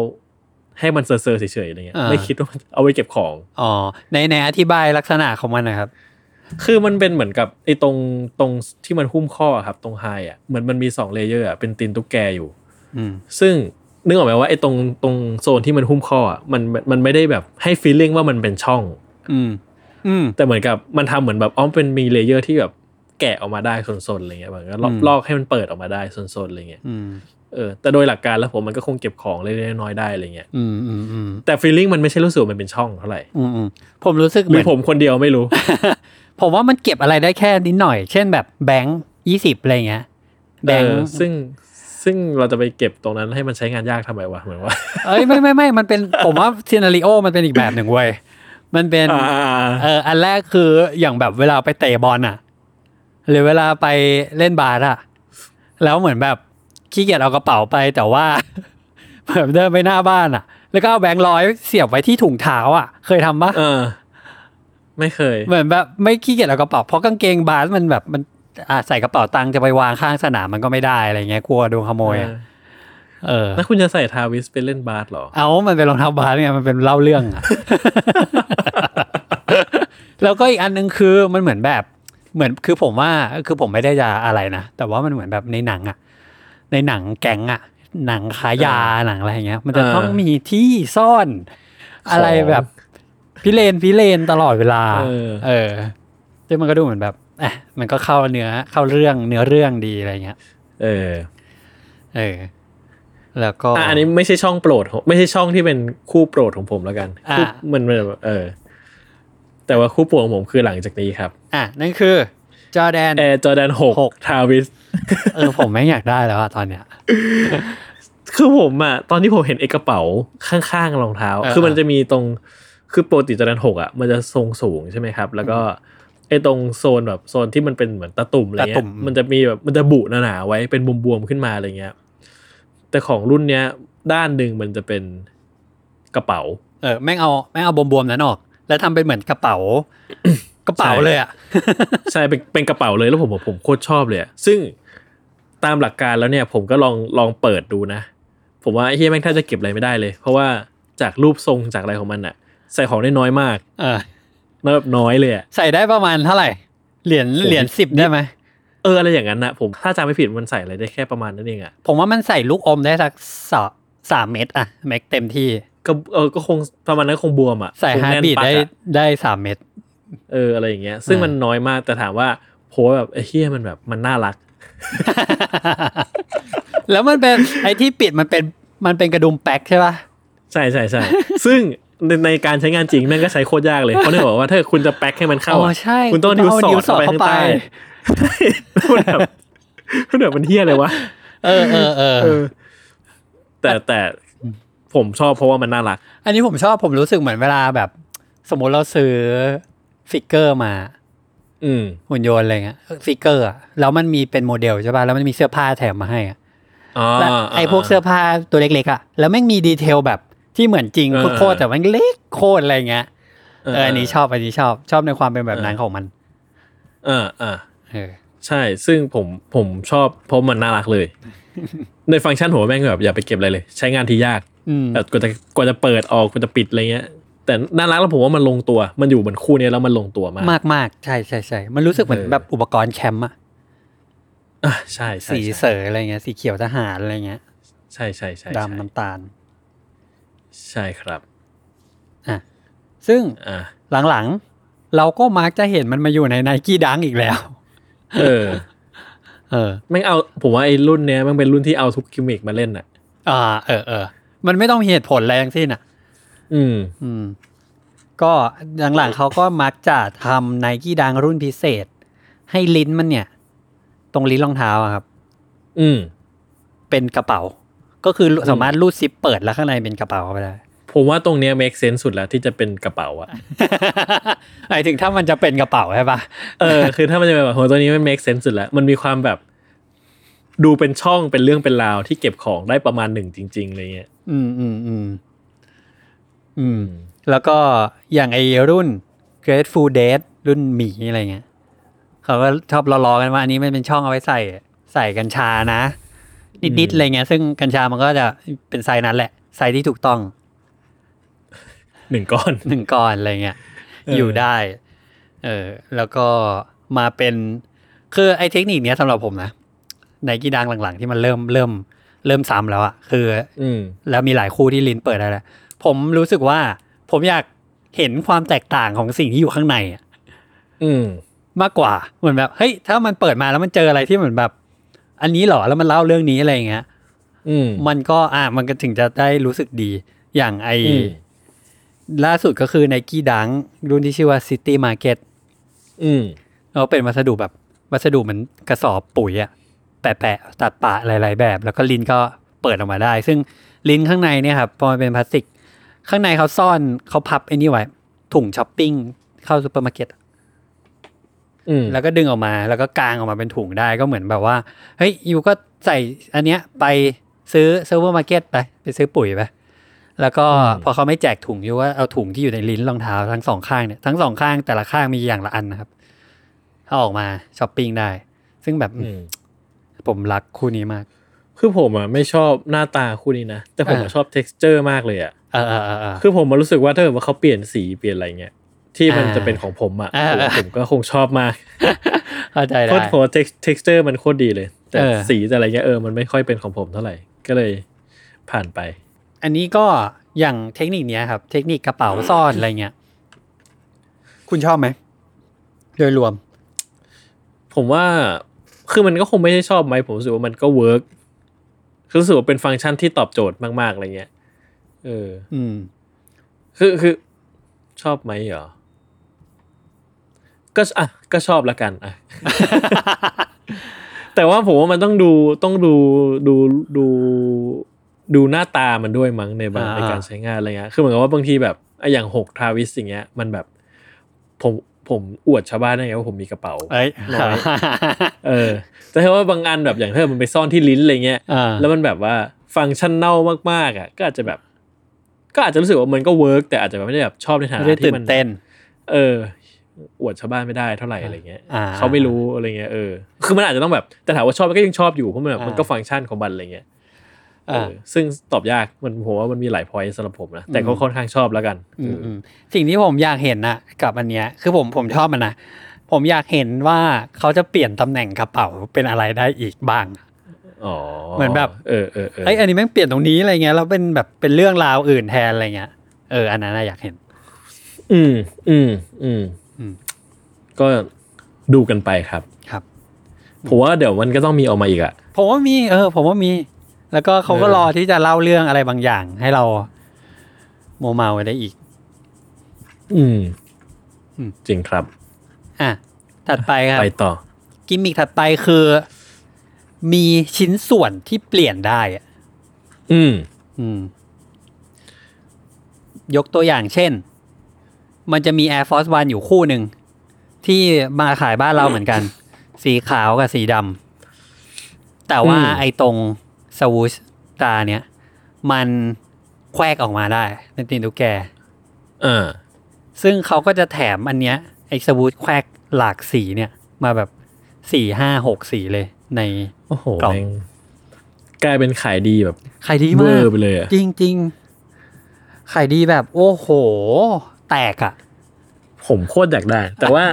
ให้มันเซอร์ๆเฉยๆอะไรเงี้ยไม่คิดว่ามันเอาไปเก็บของ
อ๋อในในอธิบายลักษณะของมันนะครับ
คือมันเป็นเหมือนกับไอ้ตรงตรงที่มันหุ้มข้ออะครับ ตรงไฮอ่ะเหมือนมันมีสองเลเยอร์อะเป็นตีนตุ๊กแกอยู่
อืม
ซึ่งนึกออกไหมว่าไอ้ตรงตรงโซนที่มันหุ้มข้ออ่ะมันมันไม่ได้แบบให้ฟีลลิ่งว่ามันเป็นช่อง
อืม อืม
แต่เหมือนกับมันทำเหมือนแบบอ้อมนเป็นมีเลเยอร์ที่แบบแกะออกมาได้โซนๆอะไรเงี้ยเหมือนก็ลอก
อืม
ลอกให้มันเปิดออกมาได้โซนๆอะไรเงี้ย
อืม
เออแต่โดยหลักการแล้วผมมันก็คงเก็บของเล็กๆน้อยๆได้อะไรเงี้ย
อืมอืมอืม
แต่ฟีลลิ่งมันไม่ใช่รู้สึกว่ามันเป็นช่องเท่าไหร่
อืมอืมผมรู้สึก
ห
เห
รื
มื
อ
อน
ผมคนเดียวไม่รู้
ผมว่ามันเก็บอะไรได้แค่นิดหน่อย เช่นแบบแบงค์ยี่สิบอะไรเงี้ย [laughs] แบง
เอ
ค์
อซึ่งซึ่งเราจะไปเก็บตรงนั้นให้มันใช้งานยากทำไมวะเหมือนว่า
เอ้ยไม่ไม่ไม่มันเป็น ผมว่าซีนารีโอมันเป็นอีกแบบหนึ่งเว้ย มันเป็น
อ่าอ่าอ่า
[laughs] เอออันแรกคืออย่างแบบเวลาไปเตะบอลอ่ะ หรือเวลาไปเล่นบาสอ่ะ แล้วเหมือนแบบขี้เกียจเอากระเป๋าไปแต่ว่า [laughs] เผื่อเดินไปหน้าบ้านอ่ะ แล้วก็เอาแบงค์ร้อยเสียบไว้ที่ถุงเท้าอ่ะ เคยทำปะ
เออ ไม่เคย
เหมือนแบบไม่ขี้เกียจเอากระเป๋าเพราะกางเกงบาสมันแบบมันอ่ะใส่กระเป๋าตังค์จะไปวางข้างสนามมันก็ไม่ได้อะไรเงี้ยกลัวโดนขโมยอะเออ
แล้วคุณจะใส่ทาวิสไปเล่นบาสเหรอ
เอามันเป็นรองเท้าบาสไงมันเป็นเล่าเรื่องอะ
[laughs]
แล้วก็อีกอันหนึงคือมันเหมือนแบบ เหมือนคือผมว่าคือผมไม่ได้จะอะไรนะ แต่ว่ามันเหมือนแบบในหนังอะในหนังแก๊งอะหนังขายยาหนังอะไรอย่างเงี้ย มันจะ
เออ
ต้องมีที่ซ่อน อะไรแบบพิเรนพิเรนตลอดเวลา
เออ
เออซึ่งมันก็ดูเหมือนแบบอ่ะมันก็เข้าเนื้อเข้าเรื่องเนื้อเรื่องดีอะไรเงี้ย
เออ
เออ แล้วก็
อ่ะอันนี้ไม่ใช่ช่องโปรดของไม่ใช่ช่องที่เป็นคู่โปรดของผมแล้วกัน
อ่ะ
คู่มันมันเออ แต่ว่าคู่โปรดของผมคือหลังจากนี้ครับ
อ่ะนั่นคือจอแดน
แอร์จอแดนหก
หก
ทาวิส
เออผมไม่อยากได้แล้วอะตอนเนี้ย
คือผมอะตอนที่ผมเห็นไอ้กระเป๋าข้างๆรองเท้า
เออ
คือมันจะมีตรงคือปกติจอแดนหกอะมันจะทรงสูงใช่ไหมครับ แล้วก็ไอ้ตรงโซนแบบโซนที่มันเป็นเหมือนตะตุ่มอะไร
ตะตุ่
เงี้
ม
ยมันจะมีแบบมันจะบุหนาๆไว้เป็นบวมๆขึ้นมาอะไรเงี้ย แต่ของรุ่นเนี้ย ด้านหนึ่งมันจะเป็นกระเป๋า
เออแม่งเอาแม่งเอาบวมๆนั้นออก แล้วทำเป็นเหมือนกระเป๋า [coughs] กระเป๋า
ใช่
เลยอะ
ใช่เป็นเป็นกระเป๋าเลยแล้วผมบอกผมโคตรชอบเลยอะซึ่งตามหลักการแล้วเนี่ย ผมก็ลองลองเปิดดูนะ ผมว่าไอ้เฮียแม่งถ้าจะเก็บอะไรไม่ได้เลย เพราะว่าจากรูปทรงจากอะไรของมันอะใส่ของได้น้อยมาก
เออ
น้อยแบบน้อยเลยอะ
ใส่ได้ประมาณเท่าไหร่ เหรียญ
ผม
เหรียญสิบได้ไหม
เอออะไรอย่างนั้นนะผมถ้าจำไม่ผิดมันใส่อะไรได้แค่ประมาณนั้นเองอะ
ผมว่ามันใส่ลูกอมได้สักสองสามเม็ดอะเม็ดเต็มที่
ก็เออก็คงประมาณนั้นคงบวมอะ
ใส่
คง
ฮาร์ด
แน่น
บีด
ปก
ได้
อะ
ได้สามเม็ด
เอออะไรอย่างเงี้ย ซึ่ง
อ่ามั
มันน้อยมากแต่ถามว่าโพสต์แบบไอ้เฮียมันแบบมันน่ารัก
แล้วมันเป็นไอที่ปิดมันเป็นมันเป็นกระดุมแป๊กใช่ป่ะ
ใช่ใช่ใช่ ซึ่งในในการใช้งานจริงแม่งก็ใช้โคตรยากเลย เพราะเนี่ยบอกว่าถ้าคุณจะแป๊กให้มันเข้า
อ๋อ
อะ
ใช่
คุณต้องเอานิ้วสอด
เา
เข้าไปข้างใต้ มันแบบมันแบบมันเฮี้ยอะไรวะ
เออเออเออ
เออ แต่แต่ผมชอบเพราะว่ามันน่ารัก
อันนี้ผมชอบผมรู้สึกเหมือนเวลาแบบ สมมติเราซื้อฟิกเกอร์มา
อืม
หุ่นยนต์อะไรเงี้ยฟิกเกอร์อะแล้วมันมีเป็นโมเดลใช่ป่ะแล้วมันมีเสื้อผ้าแถมมาให้อะ
อ๋อ
แล้วไอ้พวกเสื้อผ้าตัวเล็กๆอ่ะแล้วแม่งมีดีเทลแบบที่เหมือนจริงโคตรๆแต่แม่งเล็กโคตรอะไรเงี้ยเอออันนี้ชอบอันนี้ชอบชอบในความเป็นแบบนั้นของมัน
เออเออ
เออ
ใช่ ซึ่งผมผมชอบเพราะมันน่ารักเลย ในฟังก์ชันผมว่าแม่งแบบอย่าไปเก็บอะไรเลย ใช้งานที่ยาก
อืม
แบบกว่าจะกว่าจะเปิดออกกว่าจะปิดอะไรเงี้ย แต่น่ารักแล้วผมว่ามันลงตัว มันอยู่เหมือนคู่เนี้ยแล้วมันลงตัวมาก
มากมากๆใช่ใช่ใช่มันรู้สึกเหมือน
เออ
แบบอุปกรณ์แคมป์อะ
อ่ะใช่ใช่
สีเส
ใช่
ออะไรเงี้ยสีเขียวทหารอะไรเงี้ย
ใช่ใช่ใช่
ดำ
ใช่
น้ำตาล
ใช่ครับ
ซึ่ง
อ่ะ
หลังๆ เราก็มักจะเห็นมันมาอยู่ในไนกี้ดังอีกแล้ว
เอ [laughs] อ
เออ
แม่งเอาผมว่าไอ้รุ่นเนี้ยแมันเป็นรุ่นที่เอาทุกกิมมิกมาเล่นอ่ะ
อ่า เออเออ มันไม่ต้องมีเหตุผลอะไรทั้งสิ้นอ่ะ
อืม
อืม ก็หลังๆเขาก็มักจะทำไนกี้ดังรุ่นพิเศษ ให้ลิ้นมันเนี่ย ตรงลิ้นรองเท้าอะครับ
อืม
เป็นกระเป๋า ก็คือสามารถรูดซิปเปิดแล้วข้าง [laughs] ในเป็นกระเป๋าไปได้
ผมว่าตรงเนี้ย make sense สุดแล้วที่จะเป็นกระเป๋าอะ
หมายถึงถ้ามันจะเป็นกระเป๋าใช่ปะ
เอ [laughs] อ คือถ้ามันจะเป็นแบบโหตัวนี้มัน make sense สุดแล้ว มันมีความแบบ ดูเป็นช่องเป็นเรื่องเป็นราวที่เก็บของได้ประมาณหนึ่งจริงๆอะไรเงี้ย
อืมอืมอืมอืม แล้วก็อย่างไอรุ่น Grateful Dead รุ่นหมีอะไรเงี้ยเขาก็ชอบล้อๆกันว่าอันนี้มันเป็นช่องเอาไว้ใส่ใส่กัญชานะ นิดๆ
อืม
อะไรเงี้ย ซึ่งกัญชามันก็จะเป็นไซส์นั้นแหละ ไซส์ที่ถูกต้อง
หนึ่งก้อน
หนึ่งก้อนอะไรเงี้ย
เออ
อ
อ
ยู่ได้ เออ แล้วก็มาเป็น คือไอ้เทคนิคเนี้ยสำหรับผมนะ ในกีดังหลังๆ ที่มันเริ่มเริ่มเริ่มซ้ำแล้วอะคือ
อืม
แล้วมีหลายคู่ที่ลิ้นเปิดได้แล้วผมรู้สึกว่าผมอยากเห็นความแตกต่างของสิ่งที่อยู่ข้างในอะ
อืม
มากกว่า เหมือนแบบ เฮ้ย ถ้ามันเปิดมาแล้วมันเจออะไรที่เหมือนแบบ อันนี้เหรอ แล้วมันเล่าเรื่องนี้อะไรอย่างเงี้ย
อืม
มันก็อ่ะมันก็ถึงจะได้รู้สึกดี อย่างไอ
อืม
ล่าสุดก็คือไนกี้ดังรุ่นที่ชื่อว่า City Market
อืม
แล้วเป็นวัสดุแบบวัสดุเหมือนกระสอบปุ๋ยอะแปะๆตัดปะหลายๆแบบ แล้วก็ลิ้นก็เปิดออกมาได้ ซึ่งลิ้นข้างในเนี่ยครับพอมันเป็นพลาสติก ข้างในเขาซ่อนเขาพับไอ้นี่ไว้ถุงช้อปปิ้งเข้าซูเปอร์มาร์เก็ตอะ
อืม
แล้วก็ดึงออกมาแล้วก็กางออกมาเป็นถุงได้ก็เหมือนแบบว่าเฮ้ยยูก็ใส่อันเนี้ยไปซื้อซูเปอร์มาร์เก็ตไปไปซื้อปุ๋ยไปแล้วก็
อืม
พอเขาไม่แจกถุงยูก็เอาถุงที่อยู่ในลิ้นรองเท้าทั้งสองข้างเนี่ยทั้งสองข้างแต่ละข้างมีอย่างละอันนะครับเอาออกมาช้อปปิ้งได้ ซึ่งแบบ
อืม
ผมรักคู่นี้มาก
คือผมอ่ะไม่ชอบหน้าตาคู่นี้นะ แต่ผมอะ
อ่า
ชอบ texture มากเลยอ่ะ
เออเออเออเออ
คือผมมารู้สึกว่าถ้าเกิดว่าเขาเปลี่ยนสีเปลี่ยนอะไรเงี้ย ที่มัน
อ่า
จะเป็นของผมอ่ะ
อ่า
ผมผมก็คงชอบมาก
เข้าใจ
โค
ได้
ตรโคตร tex- texture มันโคตรดีเลย แต่
เออ
สีแต่อะไรเงี้ยเออมันไม่ค่อยเป็นของผมเท่าไหร่ ก็เลยผ่านไป
อันนี้ก็อย่างเทคนิคเนี้ยครับ เทคนิคกระเป๋าซ่อนอะไรเงี้ย คุณชอบไหม โดยรวม
ผมว่าคือมันก็คงไม่ได้ชอบไหมผมรู้สึกว่ามันก็เวิร์กรู้สึกว่าเป็นฟังก์ชันที่ตอบโจทย์มากๆอะไรเงี้ย เออ
อืม
คือคือชอบไหมเหรอ ก็อ่ะก็ชอบละกันอ่ะ [laughs] แต่ว่าผมว่ามันต้องดูต้องดูดูดูดูหน้าตามันด้วยมั้งในบาง
อ่า
ในการใช้งานอะไรเงี้ย คือเหมือนกับว่าบางทีแบบอ่ะอย่างหกทราวิสอย่างเงี้ย มันแบบ ผมผมอวดชาวบ้านได้ไงว่าผมมีกระเป๋า
เอ้ย
น้อย เออ แต่ถ้าว่าบางอันแบบอย่างถ้ามันไปซ่อนที่ลิ้นอะไรเงี้ย
อ่า
แล้วมันแบบว่าฟังก์ชันเน่ามากๆอ่ะ ก็อาจจะแบบ ก็อาจจะรู้สึกว่ามันก็เวิร์กแต่อาจจะแบบไม่ได้แบบชอบในฐา
ไม่
นะ
ได้
ที่
ตื่
มัน น
เต้น
เออ อวดชาวบ้านไม่ได้เท่าไหร่อะไรเงี้ย
อ่า
เขาไม่รู้อะไรเงี้ยเออคือมันอาจจะต้องแบบแต่ถามว่าชอบมันก็ยังชอบอยู่เพราะมันแบบ
อ่ามั
มันก็ฟังก์ชันของมันอะไรเงี้ยเอ
อ่า
อซึ่งตอบยากมันผมว่ามันมีหลายพอยต์สำหรับผมนะแต่ก็
อืม
ค่อนข้างชอบแล้วกัน
อืมอืมสิ่งที่ผมอยากเห็นนะกับอันเนี้ย คือผมผมชอบมันนะผมอยากเห็นว่าเขาจะเปลี่ยนตำแหน่งกระเป๋าเป็นอะไรได้อีกบ้าง
อ๋อ
เหมือนแบบ
เออเออเออ
เอ้ยอันนี้แม่งเปลี่ยนตรงนี้อะไรเงี้ยแล้วเป็นแบบเป็นเรื่องราวอื่นแทนอะไรเงี้ยเอออันนั้นน่ะอยากเห็น
อืมอืมอืม
อืม
ก็ดูกันไปครับ
ครับ
ผมว่าเดี๋ยวมันก็ต้องมีออกมาอีกอะ
ผมว่ามีเออ ผมว่ามี แล้วก็เขาก็
เออ
รอที่จะเล่าเรื่องอะไรบางอย่าง ให้เราโมเมาไว้ได้อีก
อืม
อืม
จริงครับ
อ่ะถัดไปครับ
ไปต่อ
ก กิมมิคถัดไปคือ มีชิ้นส่วนที่เปลี่ยนได้อะ
อืม
อืม ยกตัวอย่างเช่น มันจะมี Air Force One อยู่คู่หนึ่ง ที่มาขายบ้านเราเหมือน [coughs] กัน สีขาวกับสีดำแต่ว่า
อืม
ไอ้ตรงสวูชตาเนี่ย มันแควกออกมาได้เป็นตีนตุ๊กแก
อ่า
ซึ่งเขาก็จะแถมอันเนี้ยไอ้สวูทแควกหลากสีเนี่ย มาแบบสี่ห้าหกสีเลยใน
โอ้โห
กล่อง
แม่งกลายเป็นขายดีแบบ
ขายดี
เบ
มา
อก ร์ไปเลยอะ
จริงจริงๆขายดีแบบ โอ้โห แตกอะ
ผมโคตรอยากได้ แต่ว่า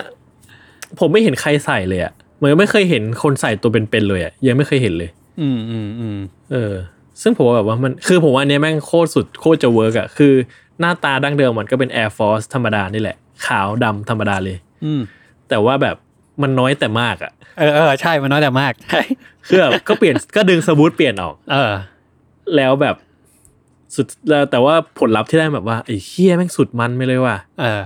ผมไม่เห็นใครใส่เลยอะเหมือนไม่เคยเห็นคนใส่ตัวเป็นๆเลยอะยังไม่เคยเห็นเลย
อืมอืมอืม
เออ ซึ่งผมว่าแบบว่ามันคือผมว่าอันเนี้ยแม่งโคตรสุดโคตรจะเวิร์กอะคือหน้าตาดั้งเดิมมันก็เป็น Air Force ธรรมดานี่แหละ ขาวดำธรรมดาเลย
อืม
แต่ว่าแบบมันน้อยแต่มากอะ
เออเออใช่มันน้อยแต่มากใช่
คือแบบก็เปลี่ยน [laughs] ก็ดึงสมูทเปลี่ยนออก
เออ
แล้วแบบสุดแล้วแต่ว่าผลลัพธ์ที่ได้แบบว่าไอ้เฮียแม่งสุดมันไปเลยว่ะ
เออ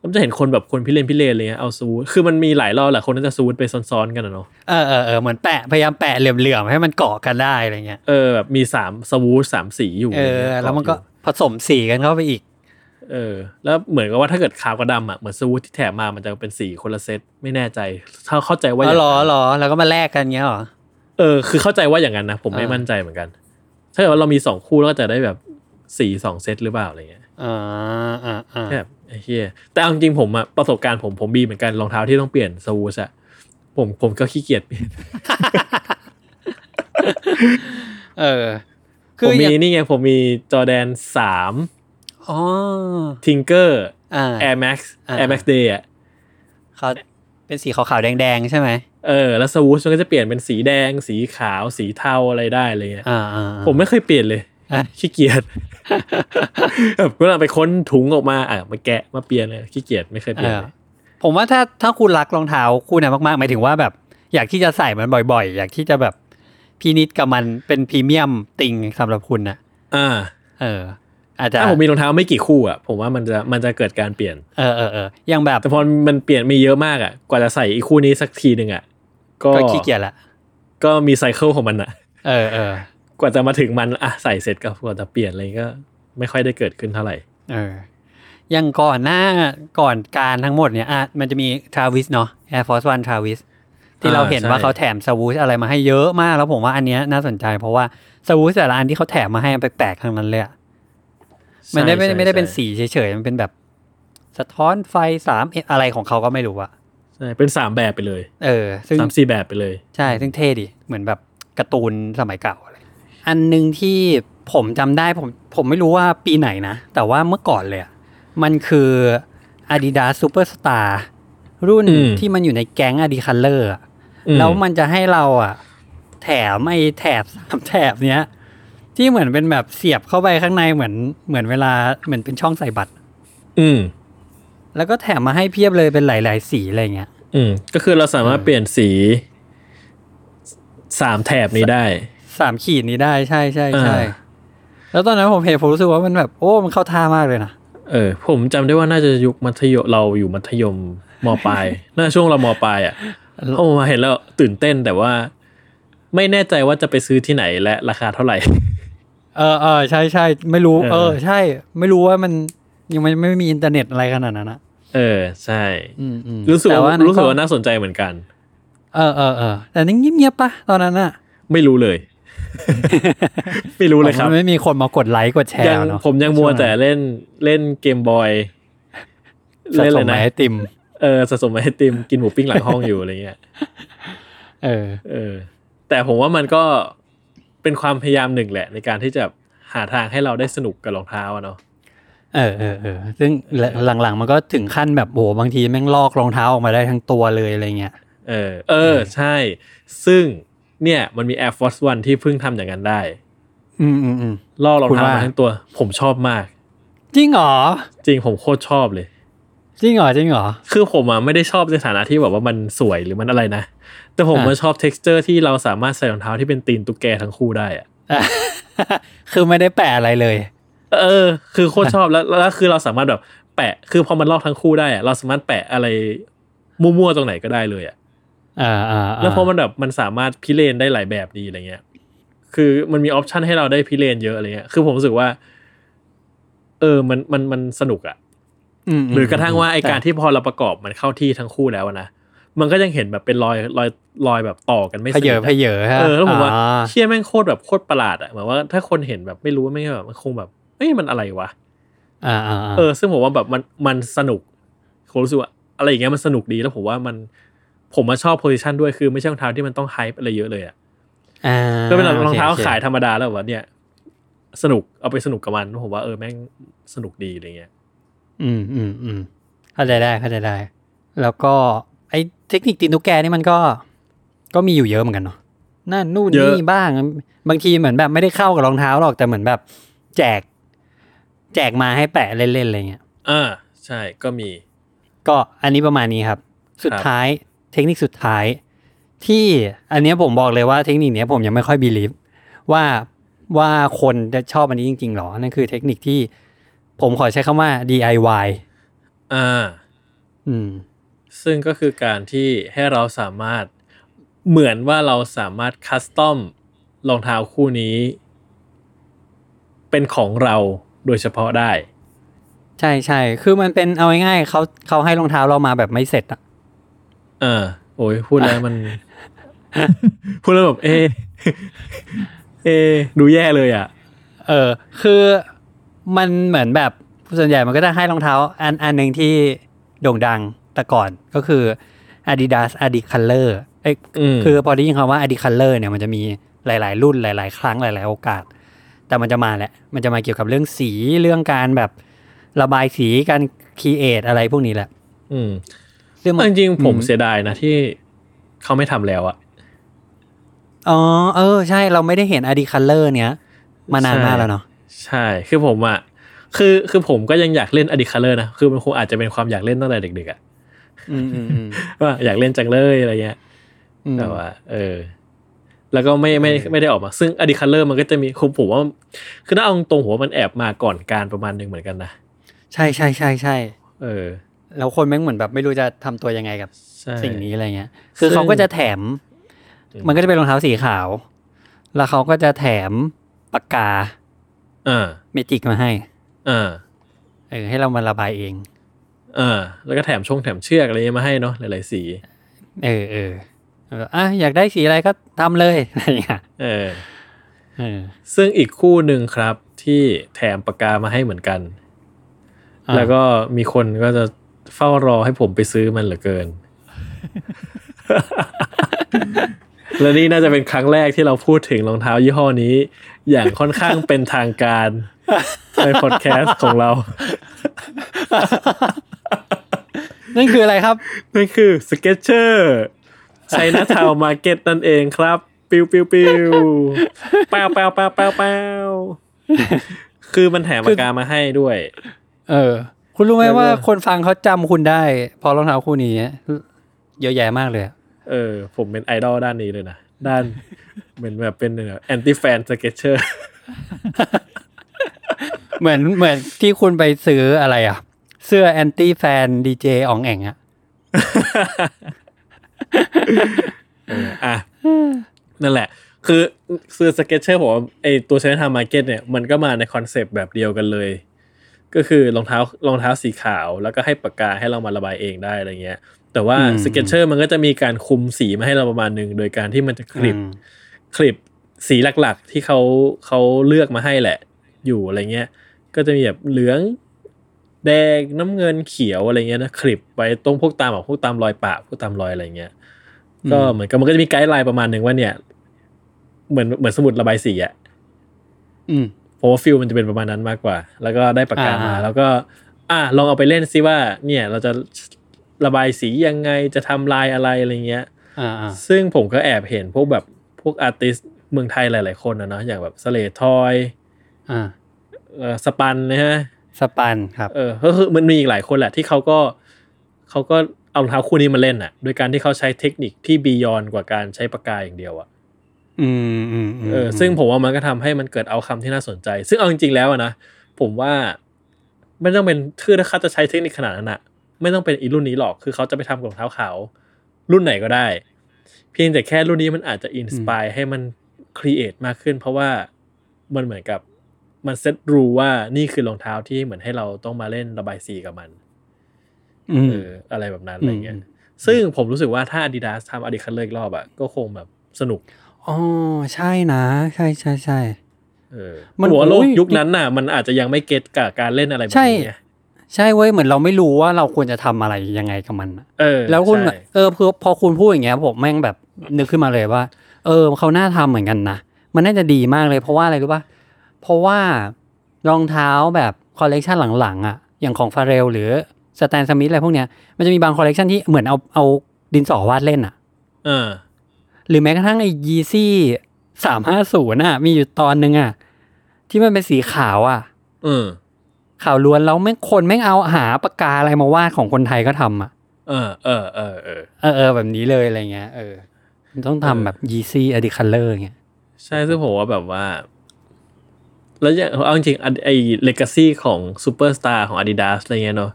ผมจะเห็นคนแบบคนพิเรนพิเรนอะไรเงี้ยเอาสมูทคือมันมีหลายรอบแหละคนน่าจะสมูทไปซ้อนๆกันอะเนาะ
เออเออเออเหมือนแปะพยายามแปะเหลื่อมๆ ให้มันเกาะกันได้อะไรเงี้ย
เออแบบมีสามสมูทสามสีอ
เออ
ยู่ะไรเงี้ย
แล้วมันก็
อยู่
ผสมสีกันเข้าไปอีก
เออแล้วเหมือนกับว่าถ้าเกิดขาวกับดำอ่ะเหมือนสวูทที่แถมมามันจะเป็นสีคนละเซตไม่แน่ใจถ้าเข้าใจว่า
อ๋อ
อย่าง
เหรอ
นั้น
เหรอแล้วก็มาแลกกันเงี้ยเหรอ
เออคือเข้าใจว่าอย่างนั้นนะผมไม่
อ่ามั่
มั่นใจเหมือนกัน ถ้าเกิดว่าเรามีสองคู่แล้วก็จะได้แบบสีสองเซตหรือเปล่าอะไรเงี้ย
อ่าอ่าอ่า
แบบไอ้เฮียแต่เอาจริงๆผมอ่ะประสบการณ์ผมผมบีเหมือนกันรองเท้าที่ต้องเปลี่ยนสวูทอ่ะผมผมก็ขี้เกียจเป [laughs] ลี่ยน
เออ
ผมมีนี่ไงผมมีจอแดนสาม
อ๋อ
ทิงเกอร์
อ่า
แอร์แม็กซ์
อ่า
แอร์แม็กซ์เดย์อ่ะ
เขาเป็นสีขาวๆแดงๆ ใช่ไหม
เออแล้วสวูทมันก็จะเปลี่ยนเป็นสีแดง สีขาวสีเทาอะไรได้อะไรเงี้ย
อ่าอ่าอ่า
ผมไม่เคยเปลี่ยนเลย
อ่ะ
ขี้เกีย
[laughs]
จ แบบเวลาไปค้นถุงออกมาอ่ะมาแกะมาเปลี่ยนเลยขี้เกียจไม่เคยเป
เอ
ลี่ยน
อ
เลย
ผมว่าถ้าถ้าคุณรักรองเท้าคู่นั้นมากๆหมายถึงว่าแบบ อยากที่จะใส่มันบ่อยๆ อยากที่จะแบบพินิจกับมันเป็นพรีเมียมติงสำหรับคุณนะ
อ่า
เออ อาจจะ
ถ้าผมมีรองเท้าไม่กี่คู่อ่ะผมว่ามันจะมันจะเกิดการเปลี่ยน
เออเออเอออย่างแบบ
แต่พอมันเปลี่ยนมีเยอะมากอ่ะกว่าจะใส่อีกคู่นี้สักทีหนึ่งอ่ะก็
ก็ขี้เกียจละ
ก็มีไซเคิลของมันอ่ะ
เออเออก
ว่าจะมาถึงมันอ่ะใส่เสร็จก็กว่าจะเปลี่ยนอะไรก็ ไม่ค่อยได้เกิดขึ้นเท่าไหร่
เอออย่างก่อนหน้าก่อนการทั้งหมดเนี่ยอ่ะมันจะมีทราวิสเนาะ Air Force One ทราวิสที่เราเห็น
อ่าใช่
ว่าเขาแถมสวูชอะไรมาให้เยอะมาก แล้วผมว่าอันเนี้ยน่าสนใจเพราะว่าสวูชแต่ละอันที่เขาแถมมาให้มันแปลกๆทั้งนั้นเลยอะ มันได้ไม่
ใช่
ไม่ได้เป็น
ใช่
สีเฉยๆ มันเป็นแบบ สะท้อนไฟสามเอ็ดอะไรของเขาก็ไม่รู้อะ
ใช่เป็นสามแบบไปเลย
เออ ซึ่ง
สามสี่แบบไปเลย
ใช่ ซึ่งเท่ดี เหมือนแบบการ์ตูนสมัยเก่าอะไร อันหนึ่งที่ผมจำได้ผมผมไม่รู้ว่าปีไหนนะ แต่ว่าเมื่อก่อนเลยอะมันคือ Adidas Superstar รุ่น
อืม
ที่มันอยู่ในแก๊ง a d i c o l o r อะ
อื
แล้วมันจะให้เราอ่ะ แถมไอ้แถบสามแถบเนี้ย ที่เหมือนเป็นแบบเสียบเข้าไปข้างในเหมือนเหมือนเวลาเหมือนเป็นช่องใส่บัตร
อืม
แล้วก็แถมมาให้เพียบเลยเป็นหลาย ๆ สีอะไรเงี้ย
อืมก็คือเราสามารถ
เออ
เปลี่ยนสีสามแถบนี้ได้
สามขีดนี้ได้ใช่ใช่ใช่
อ่า
แล้วตอนนั้นผมเห็นผมรู้สึกว่ามันแบบโอ้มันเข้าท่ามากเลยนะ
เออ ผมจำได้ว่าน่าจะยุคมัธยมเราอยู่มัธยมมปลาย [laughs] น่าช่วงเรามปลาย
[laughs]
อ่ะโอ้มาเห็นแล้วตื่นเต้นแต่ว่า ไม่แน่ใจว่าจะไปซื้อที่ไหนและราคาเท่าไหร่ [laughs]
เออเออใช่ใช่ไม่รู้
เอ
เออ
อ
ใช่ ไม่รู้ว่ามันยังไม่ไม่มีอินเทอร์เน็ตอะไรขนาดนั้นนะ
เออ ใช่
อืมอืม
รู้สึก
แต่
ว่า
อันนั้น
รู้สึกว่าน่าสนใจเหมือนกัน
เออเออเออแต่นี่เงียบๆปะตอนนั้นอะ
ไม่รู้เลย [laughs] ไม่รู้เลยครับ
มันไม่มีคนมากดไลค์กดแชร์
ยัง
เนาะ
ผมยังมัว
ใช่ไห
แต่เล่นเล่นเกมบอย
สะ
เล่น
ส
เล
ม
ย
ไอ
นะ
ติม
เออสะสมไอติมกินหมูปิ้งหลังห้องอยู่อะไรเงี้ย
เออ
เออแต่ผมว่ามันก็เป็นความพยายามหนึ่งแหละ ในการที่จะหาทางให้เราได้สนุกกับรองเท้าอะเนาะ
เออเออเออซึ่งหลังๆ มันก็ถึงขั้นแบบโอ้โหบางทีแม่งลอกรองเท้าออกมาได้ทั้งตัวเลยอะไรเงี้ย
เออ เออ ใช่ ซึ่งเนี่ยมันมี Air Force One ที่เพิ่งทำอย่างนั้นได้
อืมอืมอืม
ลอกรองเท้า
คุณ
มา
ว่า
ทั้งตัว ผมชอบมาก
จริงเหรอ
จริงผมโคตรชอบเลย
จริงเหรอ จริงเหรอ
คือผมอ่ะไม่ได้ชอบในฐานะที่แบบว่ามันสวยหรือมันอะไรนะ แต่ผม
อ่ะ
มาชอบ t e x t อร์ที่เราสามารถใส่รองเท้าที่เป็นตีนตุ๊กแกทั้งคู่ได้อะ
อ่ะ คือไม่ได้แปะอะไรเลย
เออ คือโคตรชอบแล้วแล้วคือเราสามารถแบบแปะคือพอมันลอกทั้งคู่ได้อะเราสามารถแปะอะไรมั่วๆตรงไหนก็ได้เลยอะ
อ อ่าอ่าอ่า
แล้วเพราะมันแบบมันสามารถพิเรนได้หลายแบบดีอะไรเงี้ย คือมันมีออปชันให้เราได้พิเรนเยอะอะไรเงี้ย คือผมรู้สึกว่า เออ มัน มัน มันสนุกอะ
มม
หรือกระทั่งว่าไอการที่พอเราประกอบมันเข้าที่ทั้งคู่แล้วอะนะ มันก็ยังเห็นแบบเป็นรอยรอยรอยแบบต่อกันไม่
พ
สนิท
เยอ
อะ
พเยอฮะ
เออแล้วผมว่า
อ่
เชี่ยแม่งโคตรแบบโคตรประหลาดอะเหมือนว่าถ้าคนเห็นแบบไม่รู้ไม่แบบมันคงแบบเอ้ยมันอะไรวะ
อ่าอ่าอ่า
เออซึ่งผมว่าแบบมันมันสนุกผมรู้สึกว่าอะไรอย่างเงี้ยมันสนุกดีแล้วผมว่ามันผมมาชอบโพซิชันด้วยคือไม่ใช่รองเท้าที่มันต้องไฮป์อะไรเยอะเลยอะ
อ่า
ก็เป็นรองเท้า
โคโค
ขายธรรมดาแล้วแบบว่าเนี่ยสนุกเอาไปสนุกกับมันผมว่าเออแม่งสนุกดีอะไรเงี้ย
อืมอืมอืมเข้าใจได้เข้าใจได้ แล้วก็ไอ้เทคนิคตีนตุ๊กแกนี่มันก็ ก็มีอยู่เยอะเหมือนกันเนาะนั่นนู่นนี่บ้าง บางทีเหมือนแบบไม่ได้เข้ากับรองเท้าหรอกแต่เหมือนแบบ แจก แจกมาให้แปะเล่นๆอะไรเงี้ย
อ่าใช่ก็มี
ก็อันนี้ประมาณนี้ครับ สุดท้ายเทคนิคสุดท้าย ที่อันเนี้ยผมบอกเลยว่าเทคนิคเนี้ยผมยังไม่ค่อยบีลีฟว่าว่าคนจะชอบอันนี้จริงๆหรอ นั่นคือเทคนิคที่ผมขอใช้คำว่า DIY
อ่า
อืม
ซึ่งก็คือการที่ให้เราสามารถเหมือนว่าเราสามารถคัสตอมรองเท้าคู่นี้ เป็นของเราโดยเฉพาะได้
ใช่ใช่คือมันเป็นเอาง่ายๆเขาเขาให้รองเท้าเรามาแบบไม่เสร็จอะ
เออ โอ้ยพูดแล้ว
[laughs]
มัน พูดแล้วแบบเอะเอะดูแย่เลยอ่ะ
เออคือมันเหมือนแบบส่วนใหญ่มันก็จะให้รองเท้าอันอันหนึ่งที่โด่งดังแต่ก่อนก็คือ Adidas Adicolor เอ้ย
อืม
คือพอได้ยินคำว่า Adicolor เนี่ยมันจะมีหลาย ๆ รุ่นหลาย ๆ ครั้งหลาย ๆ โอกาส แต่มันจะมาแหละ มันจะมาเกี่ยวกับเรื่องสีเรื่องการแบบระบายสีการค r ีเอทอะไรพวกนี้แหละ
อืม
ซึ่งมัน
จริงๆผมเสียดายนะที่เขาไม่ทำแล้วอ่ะ
อ๋อเออ ใช่เราไม่ได้เห็น Adicolor เนี้ยมานานมากแล้วเนาะ
ใช่ คือผมอ่ะ คือคือผมก็ยังอยากเล่นอดิคาเลอร์นะ คือมันคงอาจจะเป็นความอยากเล่นตั้งแต่เด็กๆอ่ะ
อืมอืมอืม
ว่าอยากเล่นจังเลยอะไรเงี้ย
อืม
แต่ว่าเออ แล้วก็ไม่ไม่
เออ
ไม่ได้ออกมา ซึ่งอดิคัลเลอร์มันก็จะมีคือผมว่าคือถ้าเอาตรงๆหัวามันแอบมาก่อนการประมาณหนึ่งเหมือนกันนะ
ใช่ใช่ใช่ใช่
เออ
แล้วคนแม่งเหมือนแบบไม่รู้จะทำตัวยังไงกับ
ใช่
สิ่งนี้อะไรเงี้ย คือ
ซึ่ง
เขาก็จะแถม มันก็จะเป็นรองเท้าสีขาว แล้วเขาก็จะแถมปากกา
อ่า
เมจิกมาให้
อ่า
เออให้เรามาระบายเอง
อ่าแล้วก็แถมช่องแถมเชือกอะไรมาให้เนาะหลายๆสี
เออเออเอออ่ะอยากได้สีอะไรก็ทำเลย [laughs] อะไรเงี้ย
เออ
เออ
ซึ่งอีกคู่หนึ่งครับที่แถมปากกามาให้เหมือนกัน
อ่ะ
แล้วก็มีคนก็จะเฝ้ารอให้ผมไปซื้อมันเหลือเกิน [laughs] และนี่น่าจะเป็นครั้งแรกที่เราพูดถึงรองเท้ายี่ห้อนี้ อย่างค่อนข้างเป็นทางการ ในพอดแคสต์ของเรา
นั่นคืออะไรครับ
นั่นคือสเก็ตเชอร์ไชน่าทาวมาร์เก็ตนั่นเองครับ ปิวปิวปิวแปวแปวแปวแปวแปวคือมันแถมปากกามาให้ด้วย
เออ คุณรู้ไหม
เออ
ว่าคนฟังเขาจำคุณได้ เพอรองเท้าคู่นี้เยอะแยะมากเลยอะ
เออ ผมเป็นไอดอลด้านนี้เลยนะ ด้านเหมือนแบบเป็นแอนตี้แฟนสเก็ตเชอร์
เหมือนเหมือนที่คุณไปซื้ออะไรอ่ะ เสื้อแอนตี้แฟนดีเจอองแองอ่ะ
อ่ะ นั่นแหละ คือคือสเก็ตเชอร์ผมว่าไอตัวชนะทามาร์เก็ตเนี่ยมันก็มาในคอนเซปต์แบบเดียวกันเลย ก็คือรองเท้ารองเท้าสีขาว แล้วก็ให้ปากกาให้เรามาระบายเองได้อะไรเงี้ย แต่ว่า
อืม
สเก็ตเชอร์มันก็จะมีการคุมสีมาให้เราประมาณหนึ่งโดยการที่มันจะคลิป
อืม
คลิปสีหลักๆที่เขาเขาเลือกมาให้แหละ อยู่อะไรเงี้ย ก็จะมีแบบเหลืองแดงน้ำเงินเขียวอะไรเงี้ยนะคลิปไว้ตรงพวกตามแบบพวกตามรอยปะพวกตามรอยอะไรเงี้ย
อืม
ก็เหมือนกับมันก็จะมีไกด์ไลน์ประมาณหนึ่งว่าเนี่ยเหมือนเหมือนสมุดระบายสีอะ
อืม
ผมว่าฟิลมันจะเป็นประมาณนั้นมากกว่า แล้วก็ได้ปากกามา
อ่า
แล้วก็ อ่ะลองเอาไปเล่นซิว่า เนี่ย เราจะระบายสียังไงจะทำลายอะไรอะไรเงี้ย
อ่าอ่า
ซึ่งผมก็แอบเห็นพวกแบบพวกอาร์ติสเมืองไทยหลาย ๆ คนนะเนาะอย่างแบบสเลทอย
อ่า
เอ่อสปันนะฮะ
สปันครับ
เออก็คือมันมีอีกหลายคนแหละที่เขาก็เขาก็เอารองเท้าคู่นี้มาเล่นอ่ะ โดยการที่เขาใช้เทคนิคที่บียอนกว่าการใช้ปากกาอย่างเดียวอ่ะ
อืมอืมม
เออซึ่งผมว่ามันก็ทำให้มันเกิดเอาคำที่น่าสนใจ ซึ่งเอาจริง ๆ แล้วอะนะผมว่าไม่ต้องเป็นคือถ้าเขาจะใช้เทคนิคขนาดนั้นอ่ะ ไม่ต้องเป็นอีรุ่นนี้หรอกคือเขาจะไปทำกับรองเท้าขาวรุ่นไหนก็ได้ เพียงแต่แค่รุ่นนี้มันอาจจะอินสปายให้มันครีเอทมากขึ้น เพราะว่ามันเหมือนกับมันเซตรูว่านี่คือรองเท้าที่เหมือนให้เราต้องมาเล่นระบายสีกับมัน
อืม
เอออะไรแบบนั้นอะไรเงี้ย
อืม
ซึ่งผมรู้สึกว่าถ้า Adidas ทำ Adidas Color อีกรอบอ่ะก็คงแบบสนุก
อ๋อใช่นะ ใช่ใช่ใช่
เออ
มัน
หัวโลก
โอ้ย
ยุคนั้นน่ะ มันอาจจะยังไม่เก็ตกับการเล่นอะไรแบบ
ใช่
นี้ไง
ใช่เว้ยเหมือนเราไม่รู้ว่าเราควรจะทำอะไรยังไงกับมันอะ
เออ
แล้วคุณ
ใช่
เออพอพอคุณพูดอย่างเงี้ยผมแม่งแบบนึกขึ้นมาเลยว่า เออเขาน่าทำเหมือนกันนะมันน่าจะดีมากเลยเพราะว่าอะไรรู้ป่ะเพราะว่ารองเท้าแบบคอลเลกชันหลังๆอ่ะอย่างของฟาเรลหรือสแตนสมิธอะไรพวกเนี้ยมันจะมีบางคอลเลกชันที่เหมือนเอาเอาดินสอวาดเล่นอ่ะ
เออ
หรือแม้กระทั่งไอ้ยีซี่สามห้าศูนย์อ่ะ มีอยู่ตอนหนึ่งอ่ะ ที่มันเป็นสีขาวอ่ะ
เออ
ขาวล้วนแล้วแม่งคนแม่งเอาหาปากกาอะไรมาวาดของคนไทยก็ทำอ่ะ
เออเออเออเออ
เออเออแบบนี้เลยอะไรเงี้ยเออมันต้องทำแบบยีซี่อดิคัลเลอร์เงี้ย
ใช่ซึ่งผมว่าแบบว่า แล้วอย่างเอาจริงๆอันไอ้เลกาซีของซูเปอร์สตาร์ของ Adidas อะไรเงี้ยเนาะ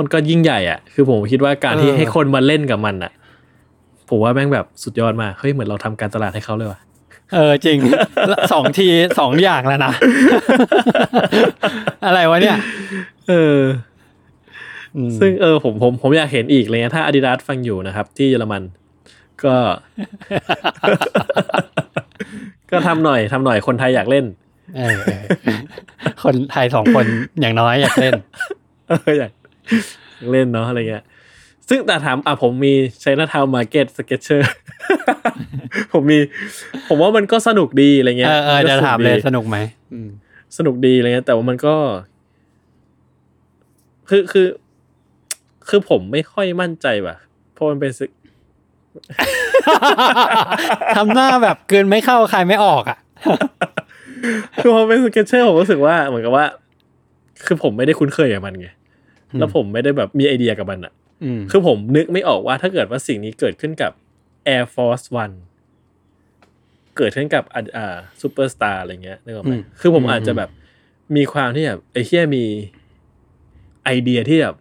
มันก็ยิ่งใหญ่อ่ะ คือผมคิดว่าการที่ให้คนมาเล่นกับมันอ่ะ ผมว่าแม่งแบบสุดยอดมากเฮ้ยเหมือนเราทำการตลาดให้เขาเลยว่ะ
เออจริง สองทีสองอย่างแล้ว
[laughs]
นะ อะไรวะเนี่ย
เออ
อืม
ซึ่งเออผมผมผมอยากเห็นอีกอะไรเลยถ้า Adidas ฟังอยู่นะครับ ที่เยอรมัน ก็ [laughs] ก็ทำหน่อยทำหน่อยคนไทยอยากเล่น
เออเออคนไทยสองคนอย่างน้อยอยากเล่น
เอออยากอยากเล่นเนาะอะไรเงี้ย ซึ่งแต่ถามอ่ะผมมีใช้หน้าทาวมาเก็ตสเก็ตเชอร์ [laughs] ผมมี ผมว่ามันก็สนุกดีอะไรเงี้ย
เออเออจะถามเลยสนุกไหม [laughs] อืม
สนุกดีอะไรเงี้ยแต่ว่ามันก็ คือคือ คือผมไม่ค่อยมั่นใจว่ะ เพราะมันเป็น
ทำหน้าแบบเกินไม่เข้าใครไม่ออกอ่ะ
คือพอเป็นสเก็ตเชอร์ผมรู้สึกว่าเหมือนกับว่า คือผมไม่ได้คุ้นเคยกับมันไง
อืม
แล้วผมไม่ได้แบบมีไอเดียกับมันอ่ะ
อืม
คือผมนึกไม่ออกว่าถ้าเกิดว่าสิ่งนี้เกิดขึ้นกับ Air Force One เกิดขึ้นกับอ่ะอ่าซูเปอร์สตาร์อะไรเงี้ยนึกออกไหม
อืม
คือผม
อืม
อาจจะแบบมีความที่แบบไอ้เฮียมีไอเดียที่แบบ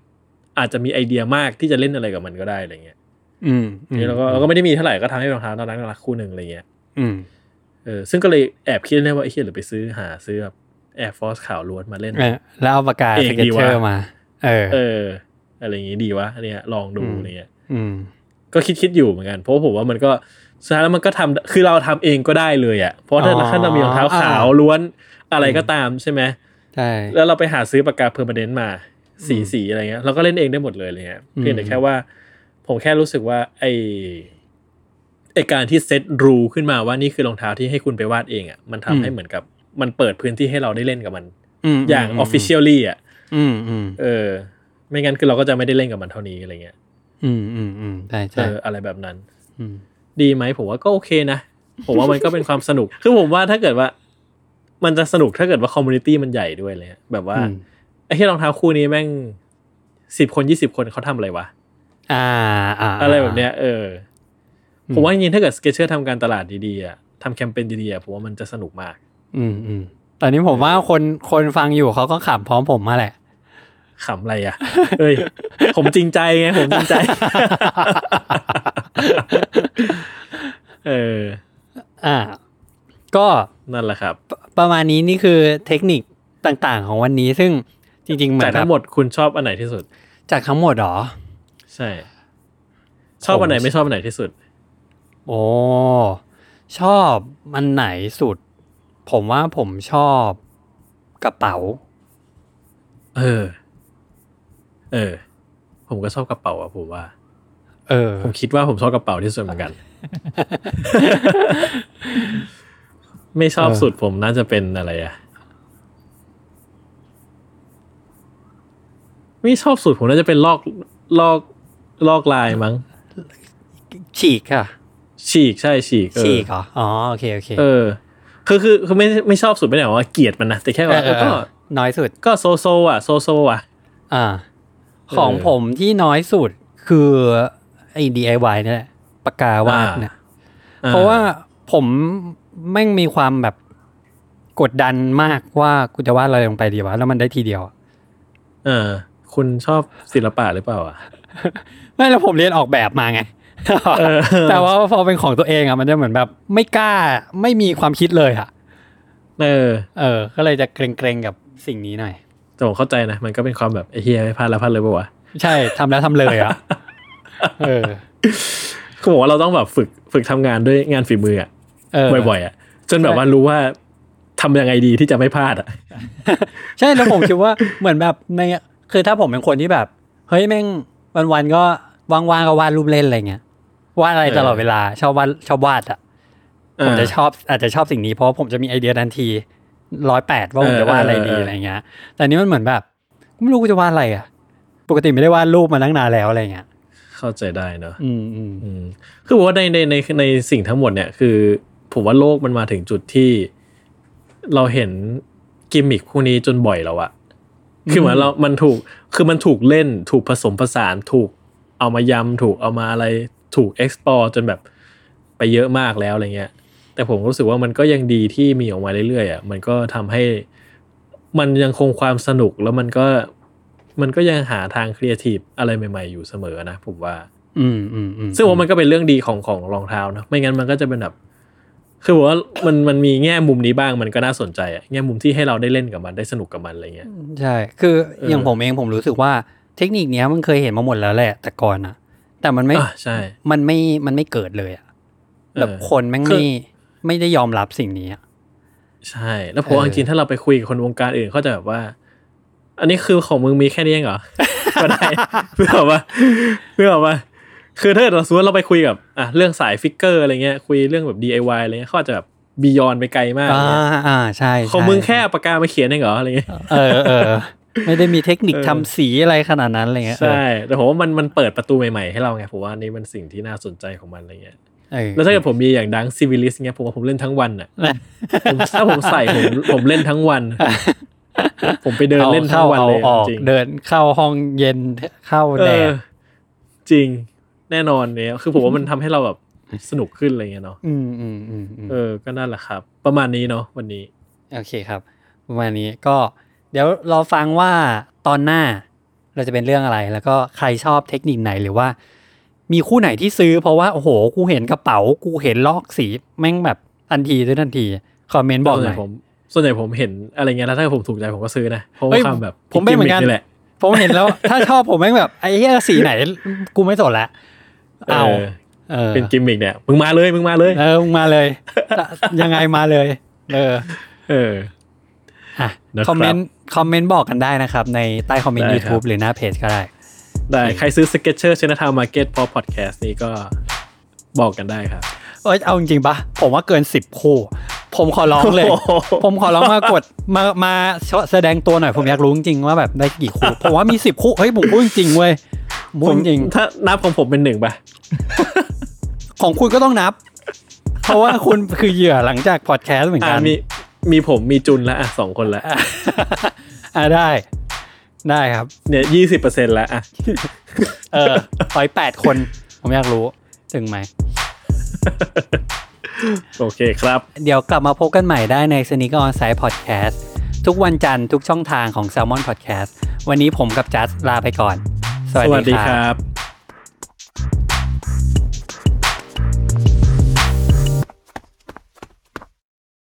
อาจจะมีไอเดียมากที่จะเล่นอะไรกับมันก็ได้อะไรเงี้ย
อืมอืม
แล้วก็เราก็ไม่ได้มีเท่าไหร่ก็ทำให้รองเท้าน่ารักน่ารักคู่หนึ่งอะไรเงี้ย
อืม
เออซึ่งก็เลยแอบคิดได้ว่าไอ้เฮียหรือไปซื้อหาซื้อแบบแอร์ฟอร์สขาวล้วนมาเล่น
เออแล้วเอาปากกา
เอ
ส
ก
เก็ต
ดี
เชอ
วะ
ร์มา เออ
เออ อะไรอย่างงี้ดีวะอันเนี้ยลองดู
อืม
อะไรเงี้ย
อืม
ก็คิดคิดอยู่เหมือนกัน เพราะผมว่ามันก็สุดท้ายแล้วมันก็ทำคือเราทำเองก็ได้เลยอ่ะเพราะถ้า
อ๋อ
ถ้าเรามีรองเท้าขาว
อ่า
ล้วนอะไรก็ตามใช่ไหม
ใช่
แล้วเราไปหาซื้อปากกาเพอร์มเดนต์มาสีสีอะไรเงี้ยเราก็เล่นเองได้หมดเลยอะไรเงี้ย
อืม
เพียงแต่แค่ว่า ผมแค่รู้สึกว่าไอไอการที่เซตรูขึ้นมาว่านี่คือรองเท้าที่ให้คุณไปวาดเองอ่ะมันทำให้เหมือนกับมันเปิดพื้นที่ให้เราได้เล่นกับมัน
ม
อย่าง
ม
officially อ่ะ
อืมอืม
เออ ไม่งั้นคือเราก็จะไม่ได้เล่นกับมันเท่านี้อะไรเงี้ย
อืมอืมอืมใช่
เอ
ใช่
อ อะไรแบบนั้น
อืม
ดีไหมผมว่าก็โอเคนะ ผมว่ามันก็เป็นความสนุก [laughs] คือผมว่าถ้าเกิดว่า มันจะสนุกถ้าเกิดว่าคอมมูนิตี้มันใหญ่ด้วยเลยอะแบบว่า
อืม
ไอ้ที่รองเท้าคู่นี้แม่งสิบคนยี่สิบคนเขาทำอะไรวะ
อ่าอ่าา
อะไรแบบเนี้ย เอออ
ม
ผมว่าจริงๆถ้าเกิดสเกเชอร์ทำการตลาดดีๆอะทำแคมเปญดีๆอะผมว่ามันจะสนุกมาก
อืมอืมตอนนี้ผมว่าคนคนฟังอยู่เขาก็ขำพร้อมผมมาแหละ
ขำอะไรอ่ะ เอ้ย ผมจริงใจไงผมจริงใจ เออ
อ่า ก็
นั่นแหละครับ
ประมาณนี้นี่คือเทคนิคต่างๆของวันนี้ซึ่งจริงๆเหมือ
จานกทั้งหมดคุณชอบอันไหนที่สุด
จากทั้งหมดเหรอ
ใช่ ชอบอันไหน
ผม
ไม่ชอบอันไหนที่สุด
โอ้ ชอบมันไหนสุด ผมว่าผมชอบกระเป๋า
เออ เออ ผมก็ชอบกระเป๋าอะผมว่า
เออ
ผมคิดว่าผมชอบกระเป๋าที่สุดเหมือนกัน [laughs] ไม่ชอบ
เออ
สุดผมน่าจะเป็นอะไรอะไม่ชอบสุดผมน่าจะเป็นลอกลอกลอกลายมั้ง
ฉีกค่ะ
ฉีกใช่ฉีกเออ
ฉีกเหรอ อ๋อ โอเค โอเค
เออ คือคือคือไม่ไม่ชอบสุดไม่ได้หมายว่าเกลียดมันนะแต่แค่
เอ
ว่า
อเออ
ก็
น้อยสุด
ก็โซโซอ่ะโซโซอ่ะ
อ่า ของ
เออ
ผมที่น้อยสุดคือไอ้ DIY นี่แหละปากกาวาด
อ่า
เนี่ย เพราะว่าผมแม่งมีความแบบกดดันมากว่ากูจะวาดอะไรลงไปดีวะ แล้วมันได้ทีเดียวอะ
เออ คุณชอบศิลปะหรือเปล่าอ่ะ
ไม่แล้วผมเรียนออกแบบมาไง
เออ
[laughs] แต่ว่าพอเป็นของตัวเองอะมันจะเหมือนแบบไม่กล้าไม่มีความคิดเลยอะ
เออ
เออ ก็เลยจะเกรงๆกับสิ่งนี้หน่อย
แต่ผมเข้าใจนะ มันก็เป็นความแบบไอ้เฮียไม่พลาดแล้วพลาดเลยปะวะ
ใช่ทำแล้วทำเลยอะเออ
เขาบอกว่าเราต้องแบบฝึกฝึกทำงานด้วยงานฝีมืออ่ะ
เออ
บ่อยๆอ่ะจนแบบว่ารู้ว่าทำยังไงดีที่จะไม่พลาดอ่ะ
ใช่แล้วผมคิดว่า [laughs] เหมือนแบบในคือถ้าผมเป็นคนที่แบบ เฮ้ยแม่งวันวันๆก็ว่างๆก็วาดรูปเล่นอะไรเงี้ยวาดอะไรตลอดเวลาชอบวาดชอบวาดอ่ะผมจะชอบอาจจะชอบสิ่งนี้เพราะว่าผมจะมีไอเดียทันทีร้อยแปดว่าผม
เออ
จะวาดอะไรดี
เออเอออ
อะไรเงี้ย แต่อันนี้มันเหมือนแบบไม่รู้กูจะวาดอะไรอ่ะ ปกติไม่ได้วาดรูปมาตั้งนานแล้วอะไรเงี้ย
เข้าใจได้เนอะ
อืมอืม
อืมคือผมว่าในในในในสิ่งทั้งหมดเนี่ยคือผมว่าโลกมันมาถึงจุดที่เราเห็นกิมมิคพวกนี้จนบ่อยแล้วอะคือเหมือนเรา มันถูก คือมันถูกเล่น ถูกผสมผสาน ถูกเอามายำ ถูกเอามาอะไร ถูกเอ็กซ์พอร์จนแบบไปเยอะมากแล้วอะไรเงี้ย แต่ผมรู้สึกว่ามันก็ยังดีที่มีออกมาเรื่อยๆอะมันก็ทำให้มันยังคงความสนุกแล้วมันก็มันก็ยังหาทางครีเอทีฟอะไรใหม่ๆอยู่เสมอนะผมว่า
อืมอืมอืม
ซึ่งผมว่ามันก็เป็นเรื่องดีของของรองเท้านะไม่งั้นมันก็จะเป็นแบบ คือผมว่ามันมันมีแง่มุมนี้บ้างมันก็น่าสนใจอะแง่มุมที่ให้เราได้เล่นกับมันได้สนุกกับมันอะไรเงี้ย
ใช่ คือ
เอออ
อย่างผมเองผมรู้สึกว่าเทคนิคเนี้ยมันเคยเห็นมาหมดแล้วแหละ แต่ก่อนอ่ะ แต่มันไม่
อ่ะใช่
มันไม่ มันไม่เกิดเลยอะแบบ
เออ
คนแม่ง
คือ
ไม่ไม่ได้ยอมรับสิ่งนี้อะ
ใช่ แล้วผมว่า
เออ
จริงๆถ้าเราไปคุยกับคนวงการอื่นเขาจะแบบว่า อันนี้คือของมึงมีแค่นี้เอง [laughs] เหรอ ก็ได้เพื่อว่าเพื่อว่าคือถ้าเกิดเราสมมติเราไปคุยกับอ่ะเรื่องสายฟิกเกอร์อะไรเงี้ยคุยเรื่องแบบ DIY อะไรเงี้ยเขาอาจจะแบบบียอนไปไกลมาก
อ่าอ่าใช่
ของ
ใช่
มึงแค่ปากกามาเขียนเองเหรออะไรเงี้ย
เออเออ ไม่ได้มีเทคนิค
เออ
ทำสีอะไรขนาดนั้นอะไรเงี้ย
ใช่ แต่ผมว่ามันมันเปิดประตูใหม่ๆ ให้เราไงผมว่านี่มันสิ่งที่น่าสนใจของมันอะไรเงี้ย
เออ
แล้วถ้าเกิดผมมีอย่างดังซิวิลิสเงี้ยผมว่าผมเล่นทั้งวัน
[laughs]
อ่ะ
นะ
ผมถ้าผมใส่ผมผมเล่นทั้งวัน ผมไปเดินเล่นทั้
เข้าง
วัน
เอา
เลย
ออก
จริง
เดินเข้าห้องเย็นเข้า
เอ
แด
อ
ด
จริงแน่นอนเนี่ยคือผมว่ามันทำให้เราแบบสนุกขึ้นอะไรเงี้ยเนาะ
อืมอืมอืมอืม
เออก็นั่นแหละครับ ประมาณนี้เนาะวันนี้
โอเคครับ ประมาณนี้ก็ เดี๋ยวรอฟังว่าตอนหน้าเราจะเป็นเรื่องอะไร แล้วก็ใครชอบเทคนิคไหนหรือว่า มีคู่ไหนที่ซื้อเพราะว่าโอ้โหกูเห็นกระเป๋ากูเห็นลอกสีแม่งแบบทันทีด้วยทันทีคอมเมนต์บอกห
ส่วน
น่อย
ใหญ่ผม ส่วนใหญ่ผมเห็นอะไรเงี้ยแล้วถ้าผมถูกใจผมก็ซื้อนะเพราะว่า
เฮ้ย
ความแบบ
ผมเป็นเหมือนกัน
จิแหละ
ผมเห็น
[laughs]
แล้ว ถ้าชอบผมแม่งแบบไอ้เหี้ยสีไหน กูไม่สนละ เอา
เออ
เออ
เป็นกิมมิกเนี่ยมึงมาเลยมึงมาเลย
เออมึงมาเลยจะยังไงมาเลย เออ
เออ
อ่ะ
นะครับ
คอมเมนต์คอมเมนต์บอกกันได้นะครับ ในใต้คอมเมนต์
ได้ครับ
YouTube หรือหน้าเพจก็ได้
ได้ใครซื้อ Sketcher c h a n n e l t o w n Market พอ Podcast นี้ก็บอกกันได้ครับ
เอ้ยเอาจริงๆปะผมว่าเกินสิบคู่ ผมขอร้องเลย
โอ้โห
ผมขอร้องมากดมามาแสดงตัวหน่อย ผมอยากรู้จริงๆว่าแบบได้กี่คู่ ผมว่ามีสิบคู่เฮ้ยผมพูดจริงๆเว้ยผมพูดจริงๆ
ถ้านับของผมเป็นหนึ่งป่ะ
ของคุณก็ต้องนับ เพราะว่าคุณคือเหยื่อหลังจากพอดแคสต์เหมือน
อ่า
กัน
มีมีผมมีจุนละอ่ะสองคนละ
อ่ะอ่าได้ ได้ครับ
เนี่ยยี่สิบเปอร์เซ็นต์ละอ่ะ
เออขอยแปดคน ผมอยากรู้ ถึงไหม
โอเคครับ
เดี๋ยวกลับมาพบกันใหม่ได้ใน Sneaker On Site Podcast ทุกวันจันทร์ทุกช่องทางของ Salmon Podcast วันนี้ผมกับจัสลาไปก่อน ส
ส
วั
วัส
ส
ดี
ดีค
ครับ รับ